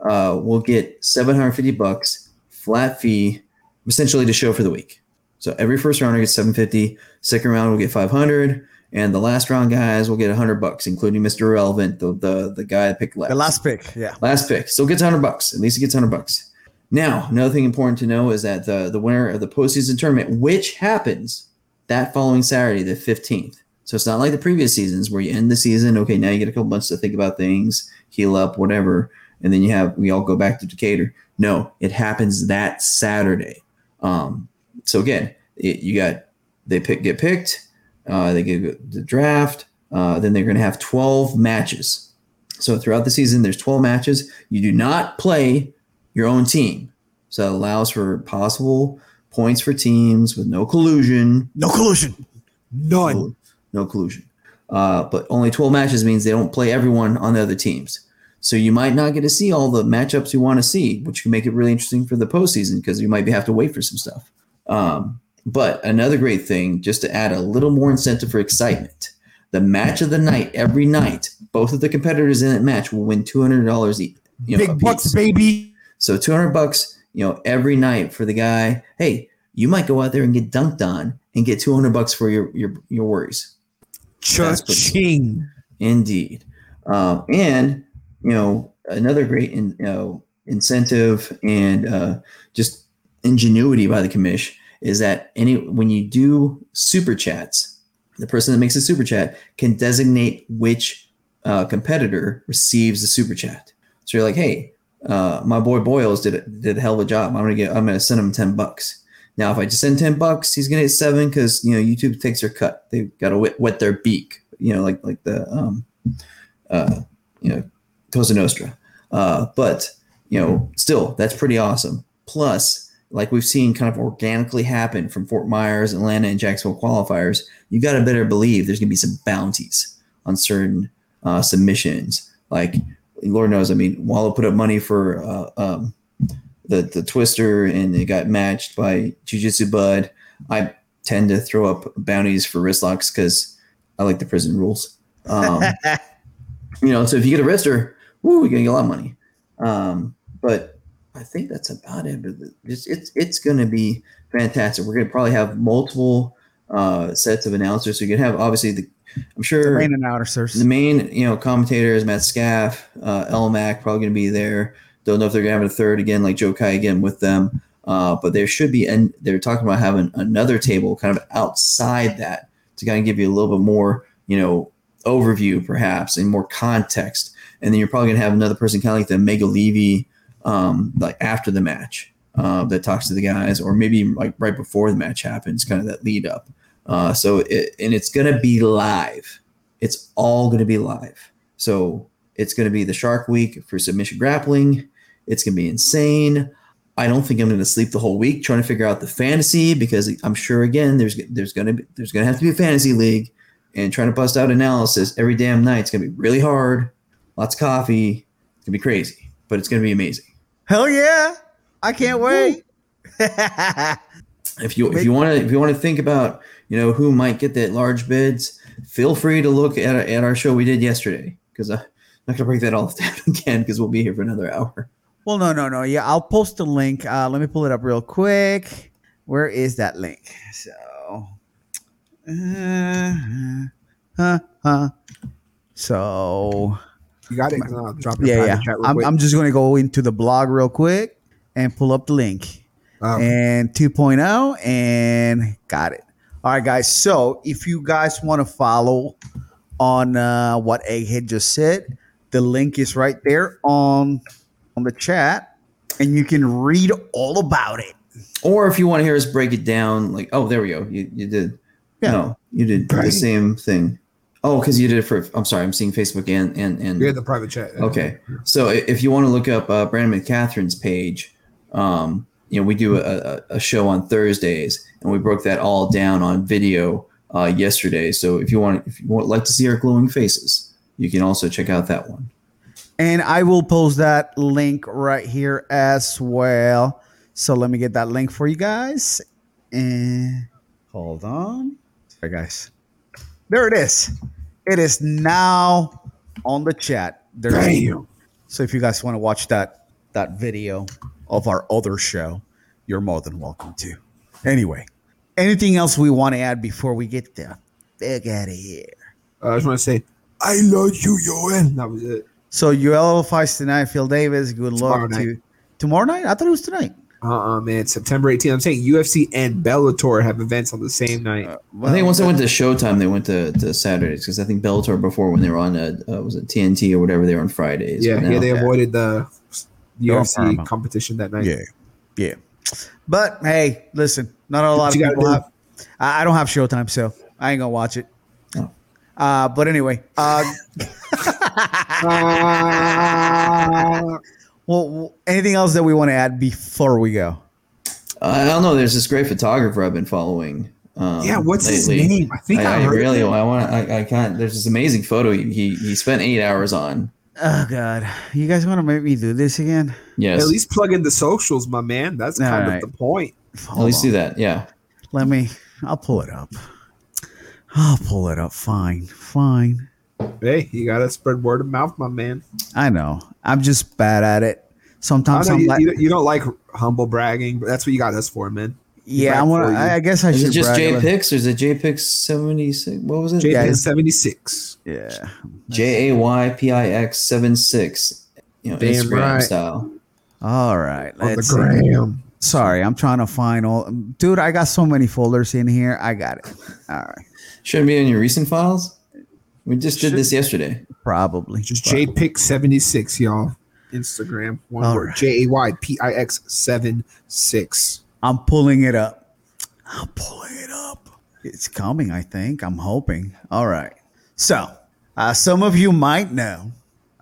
Speaker 3: uh, will get 750 bucks flat fee, essentially to show for the week. So every first rounder gets 750. Second round will get 500, and the last round guys will get 100 bucks, including Mr. Relevant, the the, the guy that picked last.
Speaker 1: The last pick, yeah.
Speaker 3: Last pick still gets 100 bucks. At least he gets 100 bucks. Now, another thing important to know is that the the winner of the postseason tournament, which happens that following Saturday, the 15th. So it's not like the previous seasons where you end the season, okay, now you get a couple months to think about things, heal up, whatever, and then you have we all go back to Decatur. No, it happens that Saturday. Um, so again, it, you got they pick get picked, uh, they get the draft, uh, then they're going to have 12 matches. So throughout the season, there's 12 matches. You do not play your own team, so that allows for possible points for teams with no collusion.
Speaker 1: No collusion.
Speaker 2: None.
Speaker 3: no collusion. Uh, but only 12 matches means they don't play everyone on the other teams. So you might not get to see all the matchups you want to see, which can make it really interesting for the postseason because you might have to wait for some stuff. Um, but another great thing, just to add a little more incentive for excitement, the match of the night every night, both of the competitors in that match will win $200 each. e, You know,
Speaker 1: Big
Speaker 3: apiece.
Speaker 1: bucks, baby.
Speaker 3: So 200 bucks, you know, every night for the guy. Hey, you might go out there and get dunked on and get 200 bucks for your your your worries.
Speaker 1: Cha-ching.
Speaker 3: Indeed. Um, and you know, another great in, you know, incentive and uh, just ingenuity by the commish is that any when you do super chats, the person that makes a super chat can designate which uh, competitor receives the super chat. So you're like, hey, uh, my boy Boyles did a- did a hell of a job. I'm gonna get I'm gonna send him ten bucks. Now if I just send ten bucks, he's gonna get seven because you know YouTube takes their cut. They gotta wet, wet their beak. You know, like like the um, uh, you know, Cosa Nostra. Uh, but you know, still that's pretty awesome. Plus, like we've seen kind of organically happen from Fort Myers, Atlanta, and Jacksonville qualifiers, you gotta better believe there's gonna be some bounties on certain uh, submissions. Like Lord knows, I mean, Wallow put up money for uh, um, the the Twister, and it got matched by Jujitsu Bud. I tend to throw up bounties for wrist locks because I like the prison rules. Um, you know, so if you get a wrister, woo, you're gonna get a lot of money. Um, but I think that's about it. But it's it's, it's gonna be fantastic. We're gonna probably have multiple uh, sets of announcers. So you can have obviously the I'm sure
Speaker 1: Rain and outer source.
Speaker 3: the main, you know, commentators, Matt Scaff, uh, LMAC, probably going to be there. Don't know if they're going to have a third again, like Joe Kai again with them. Uh, but there should be, and they're talking about having another table kind of outside that to kind of give you a little bit more, you know, overview perhaps and more context. And then you're probably going to have another person kind of like the Mega Levy, um, like after the match uh, that talks to the guys, or maybe like right before the match happens, kind of that lead up. Uh, so, it, and it's going to be live it's all going to be live. So it's going to be the Shark Week for submission grappling. It's going to be insane. I don't think I'm going to sleep the whole week trying to figure out the fantasy because I'm sure again there's there's going to be, there's going to have to be a fantasy league and trying to bust out analysis every damn night. It's going to be really hard. Lots of coffee. It's going to be crazy, but it's going to be amazing.
Speaker 1: Hell yeah. I can't wait.
Speaker 3: if you if you want to if you want to think about you know who might get that large bids, feel free to look at at our show we did yesterday because I'm not gonna break that all down again because we'll be here for another hour.
Speaker 1: well, no, no, no. Yeah, I'll post the link. Uh, let me pull it up real quick. Where is that link? So, uh, uh, uh, so
Speaker 2: You got it. No, drop your
Speaker 1: yeah,
Speaker 2: private
Speaker 1: yeah.
Speaker 2: chat real
Speaker 1: I'm,
Speaker 2: quick.
Speaker 1: I'm just going to go into the blog real quick and pull up the link
Speaker 2: Um,
Speaker 1: and 2.0 and got it. All right, guys. So if you guys want to follow on uh, what Egghead just said, the link is right there on on the chat, and you can read all about it.
Speaker 3: Or if you want to hear us break it down, like oh there we go, you you did
Speaker 1: Yeah.
Speaker 3: no you did the
Speaker 2: Right.
Speaker 3: same thing. Oh, because you did it for. I'm sorry, I'm seeing Facebook and and and.
Speaker 2: We had the private chat.
Speaker 3: Okay. So i- if you want to look up uh, Brandon McCatherine's page, um, you know, we do a, a, a show on Thursdays and we broke that all down on video uh, yesterday. So if you want, if you want, like to see our glowing faces, you can also check out that one.
Speaker 1: And I will post that link right here as well. So let me get that link for you guys. And hold on. Sorry, guys. There it is. It is now on the chat. There's
Speaker 2: Damn.
Speaker 1: So if you guys want to watch that that video of our other show, you're more than welcome to. Anyway, anything else we want to add before we get the fuck out of here?
Speaker 2: Uh, I just want to say, I love you, Yoan. That was it.
Speaker 1: So UL fights tonight. Phil Davis. Good
Speaker 2: Tomorrow
Speaker 1: luck
Speaker 2: night.
Speaker 1: to tomorrow night. I thought it was tonight.
Speaker 2: Uh uh man. September 18th. I'm saying UFC and Bellator have events on the same night.
Speaker 1: Well,
Speaker 3: I think once they went to Showtime, they went to, to Saturdays because I think Bellator before when they were on uh uh, was it TNT or whatever they were on Fridays.
Speaker 2: yeah,
Speaker 3: but
Speaker 2: yeah,
Speaker 3: now- uh,
Speaker 2: they avoided the
Speaker 1: on
Speaker 2: UFC
Speaker 1: Paramount.
Speaker 2: competition that night.
Speaker 1: yeah, yeah. But hey, listen, not a lot
Speaker 2: you
Speaker 1: of
Speaker 2: gotta
Speaker 1: people
Speaker 2: do?
Speaker 1: have. I I don't have Showtime, so I ain't gonna watch it.
Speaker 3: Oh.
Speaker 1: Uh, but anyway, uh,
Speaker 2: Ah.
Speaker 1: well, w- anything else that we want to add before we go?
Speaker 3: I don't know. There's this great photographer I've been following. Um,
Speaker 2: Yeah, what's his name? I think I
Speaker 3: I,
Speaker 2: heard
Speaker 3: really.
Speaker 2: of him.
Speaker 3: I want. I, I can't. There's this amazing photo he, he he spent eight hours on.
Speaker 1: Oh God, you guys want to make me do this again?
Speaker 3: Yes,
Speaker 2: At least plug in the socials, my man. That's kind
Speaker 1: Alright.
Speaker 2: of the point.
Speaker 1: Hold
Speaker 3: at least
Speaker 1: on.
Speaker 3: do that. Yeah,
Speaker 1: Let me. I'll pull it up. I'll pull it up. Fine, fine.
Speaker 2: Hey, you gotta spread word of mouth, my man.
Speaker 1: I know. I'm just bad at it.
Speaker 2: I
Speaker 1: Sometimes
Speaker 2: know
Speaker 1: I'm
Speaker 2: you,
Speaker 1: like,
Speaker 2: you, don't- you don't like humble bragging, but that's what you got us for, man.
Speaker 1: yeah, I
Speaker 2: brag
Speaker 1: want
Speaker 2: for
Speaker 1: to.
Speaker 2: you.
Speaker 1: I I guess I
Speaker 3: is
Speaker 1: should.
Speaker 3: it just
Speaker 1: brag a little-
Speaker 3: JPix or is it JPix seventy six? What was
Speaker 2: Jay
Speaker 3: it?
Speaker 1: Yeah.
Speaker 2: is 76.
Speaker 1: Yeah.
Speaker 3: J a y p i x seven six. You know,
Speaker 2: Damn
Speaker 3: Instagram
Speaker 2: right.
Speaker 3: style.
Speaker 1: All right.
Speaker 2: On the
Speaker 1: Let's. see.
Speaker 2: gram.
Speaker 1: Sorry, I'm trying to find all. Dude, I got so many folders in here. I got it. All right.
Speaker 3: Shouldn't be in your recent files. We just did this yesterday.
Speaker 1: Probably.
Speaker 2: Just JPIC76, y'all. Instagram. One
Speaker 1: All
Speaker 2: word.
Speaker 1: right.
Speaker 2: J A Y P I X 7 6.
Speaker 1: I'm pulling it up. I'm pulling it up. It's coming, I think. I'm hoping. All right. So, uh, some of you might know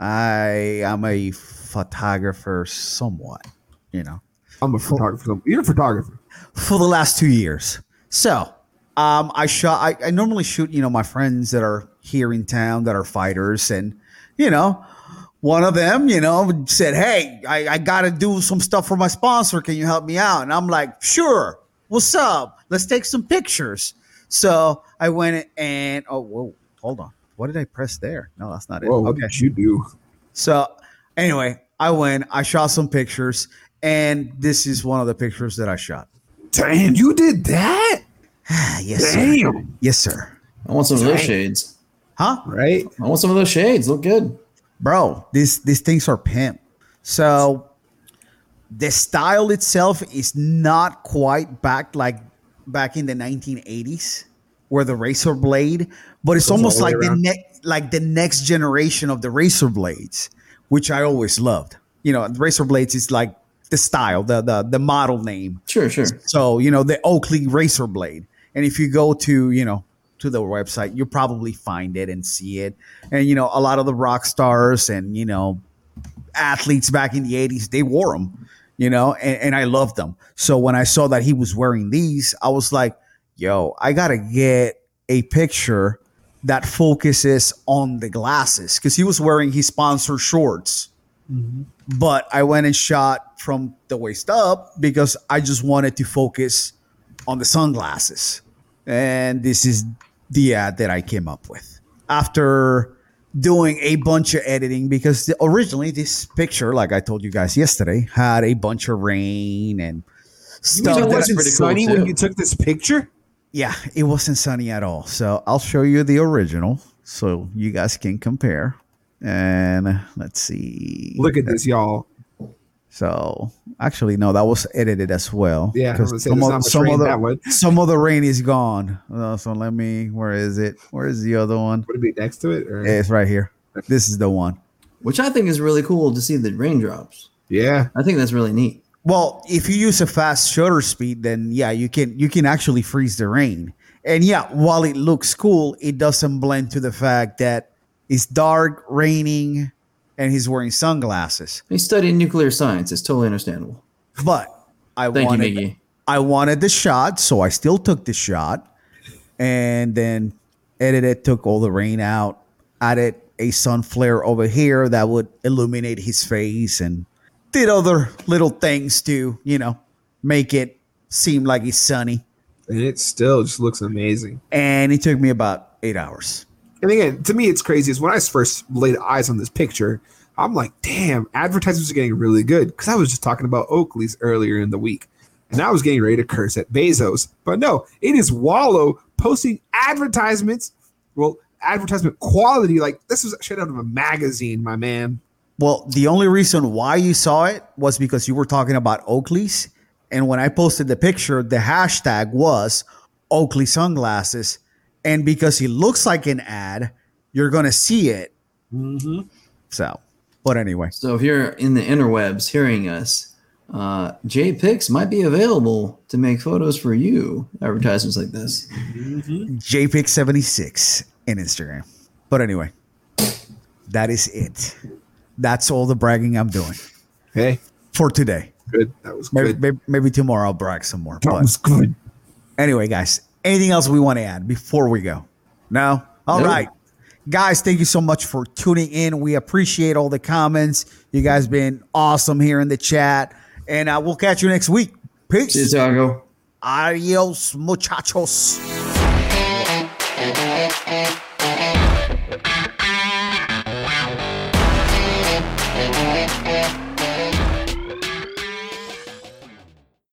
Speaker 1: I am a photographer somewhat, you know,
Speaker 2: I'm a photographer. You're a photographer.
Speaker 1: for the last two years. So, um, I shot, I, I normally shoot, you know, my friends that are here in town that are fighters. And, you know, one of them, you know, said, Hey, I, I got to do some stuff for my sponsor. Can you help me out? And I'm like, Sure. What's up? Let's take some pictures. So I went and, oh, whoa, hold on. What did I press there? No, that's not it.
Speaker 2: Whoa, what did you do?
Speaker 1: So anyway, I went, I shot some pictures, and this is one of the pictures that I shot.
Speaker 2: Damn, you did that?
Speaker 1: Ah, yes, sir.
Speaker 2: Damn.
Speaker 1: Yes, sir.
Speaker 3: I want some of those
Speaker 2: Right.
Speaker 3: shades.
Speaker 1: Huh?
Speaker 2: Right?
Speaker 3: I want some of those shades. Look good.
Speaker 1: Bro, these these things are pimp. So the style itself is not quite back like back in the 1980s where the razor blade, but it's
Speaker 2: Goes all
Speaker 1: almost
Speaker 2: the way
Speaker 1: like the
Speaker 2: around.
Speaker 1: ne- like the next generation of the razor blades, which I always loved. You know, razor blades is like the style, the the the model name.
Speaker 3: Sure, sure.
Speaker 1: So you know the Oakley Razor Blade, and if you go to you know to the website, you'll probably find it and see it. And you know a lot of the rock stars and you know athletes back in the '80s they wore them, you know, and, and I loved them. So when I saw that he was wearing these, I was like, "Yo, I gotta get a picture that focuses on the glasses," because he was wearing his sponsor shorts but I went and shot from the waist up because I just wanted to focus on the sunglasses. And this is the ad that I came up with after doing a bunch of editing because the, originally this picture, like I told you guys yesterday, had a bunch of rain and stuff.
Speaker 2: it
Speaker 1: that I-
Speaker 2: wasn't
Speaker 3: pretty cool,
Speaker 2: sunny when
Speaker 3: too.
Speaker 2: you took this picture?
Speaker 1: yeah, it wasn't sunny at all. So I'll show you the original so you guys can compare. And let's see.
Speaker 2: Look at this, y'all.
Speaker 1: So actually, no, that was edited as well.
Speaker 2: Yeah, I
Speaker 1: because
Speaker 2: was gonna say,
Speaker 1: some,
Speaker 2: there's
Speaker 1: of-
Speaker 2: not much
Speaker 1: some
Speaker 2: rain
Speaker 1: of
Speaker 2: in that one.
Speaker 1: the some of the rain is gone. Uh, so let me. Where is it? Where is the other one?
Speaker 2: Would it be next to it? Or?
Speaker 1: It's right here. This is the one.
Speaker 3: Which I think is really cool to see the raindrops.
Speaker 2: Yeah.
Speaker 3: I think that's really neat.
Speaker 1: Well, if you use a fast shutter speed, then yeah, you can you can actually freeze the rain, And yeah, while it looks cool, it doesn't blend to the fact that it's dark, raining, and he's wearing sunglasses.
Speaker 3: They studied nuclear science. It's totally understandable.
Speaker 1: But I
Speaker 3: Thank you,
Speaker 1: wanted
Speaker 3: Miggy.
Speaker 1: I wanted the shot, so I still took the shot. And then edited, took all the rain out, added a sun flare over here that would illuminate his face and did other little things to, you know, make it seem like it's sunny.
Speaker 2: and it still just looks amazing.
Speaker 1: And it took me about eight hours.
Speaker 2: And again, to me, it's crazy. Is when I first laid eyes on this picture, I'm like, damn, advertisements are getting really good. Because I was just talking about Oakley's earlier in the week, and I was getting ready to curse at Bezos, but no, it is Wallow posting advertisements. Well, advertisement quality, like this was straight out of a magazine, my man.
Speaker 1: Well, the only reason why you saw it was because you were talking about Oakley's. And when I posted the picture, the hashtag was Oakley sunglasses. And because it looks like an ad, you're going to see it.
Speaker 2: Mm-hmm.
Speaker 1: So, but anyway,
Speaker 3: So if you're in the interwebs hearing us, uh, JPix might be available to make photos for you. Advertisements like this.
Speaker 1: JPIC76 in Instagram. But anyway, that is it. That's all the bragging I'm doing
Speaker 2: Hey,
Speaker 1: for today.
Speaker 2: good. That was
Speaker 1: Maybe,
Speaker 2: good.
Speaker 1: maybe, maybe tomorrow I'll brag some more.
Speaker 2: That
Speaker 1: but-
Speaker 2: was good.
Speaker 1: Anyway, guys, anything else we want to add before we go? No? All
Speaker 3: No.
Speaker 1: right, Guys, thank you so much for tuning in. We appreciate all the comments. You guys been awesome here in the chat. And uh, we'll catch you next week. Peace.
Speaker 3: Chicago.
Speaker 1: Adios, muchachos.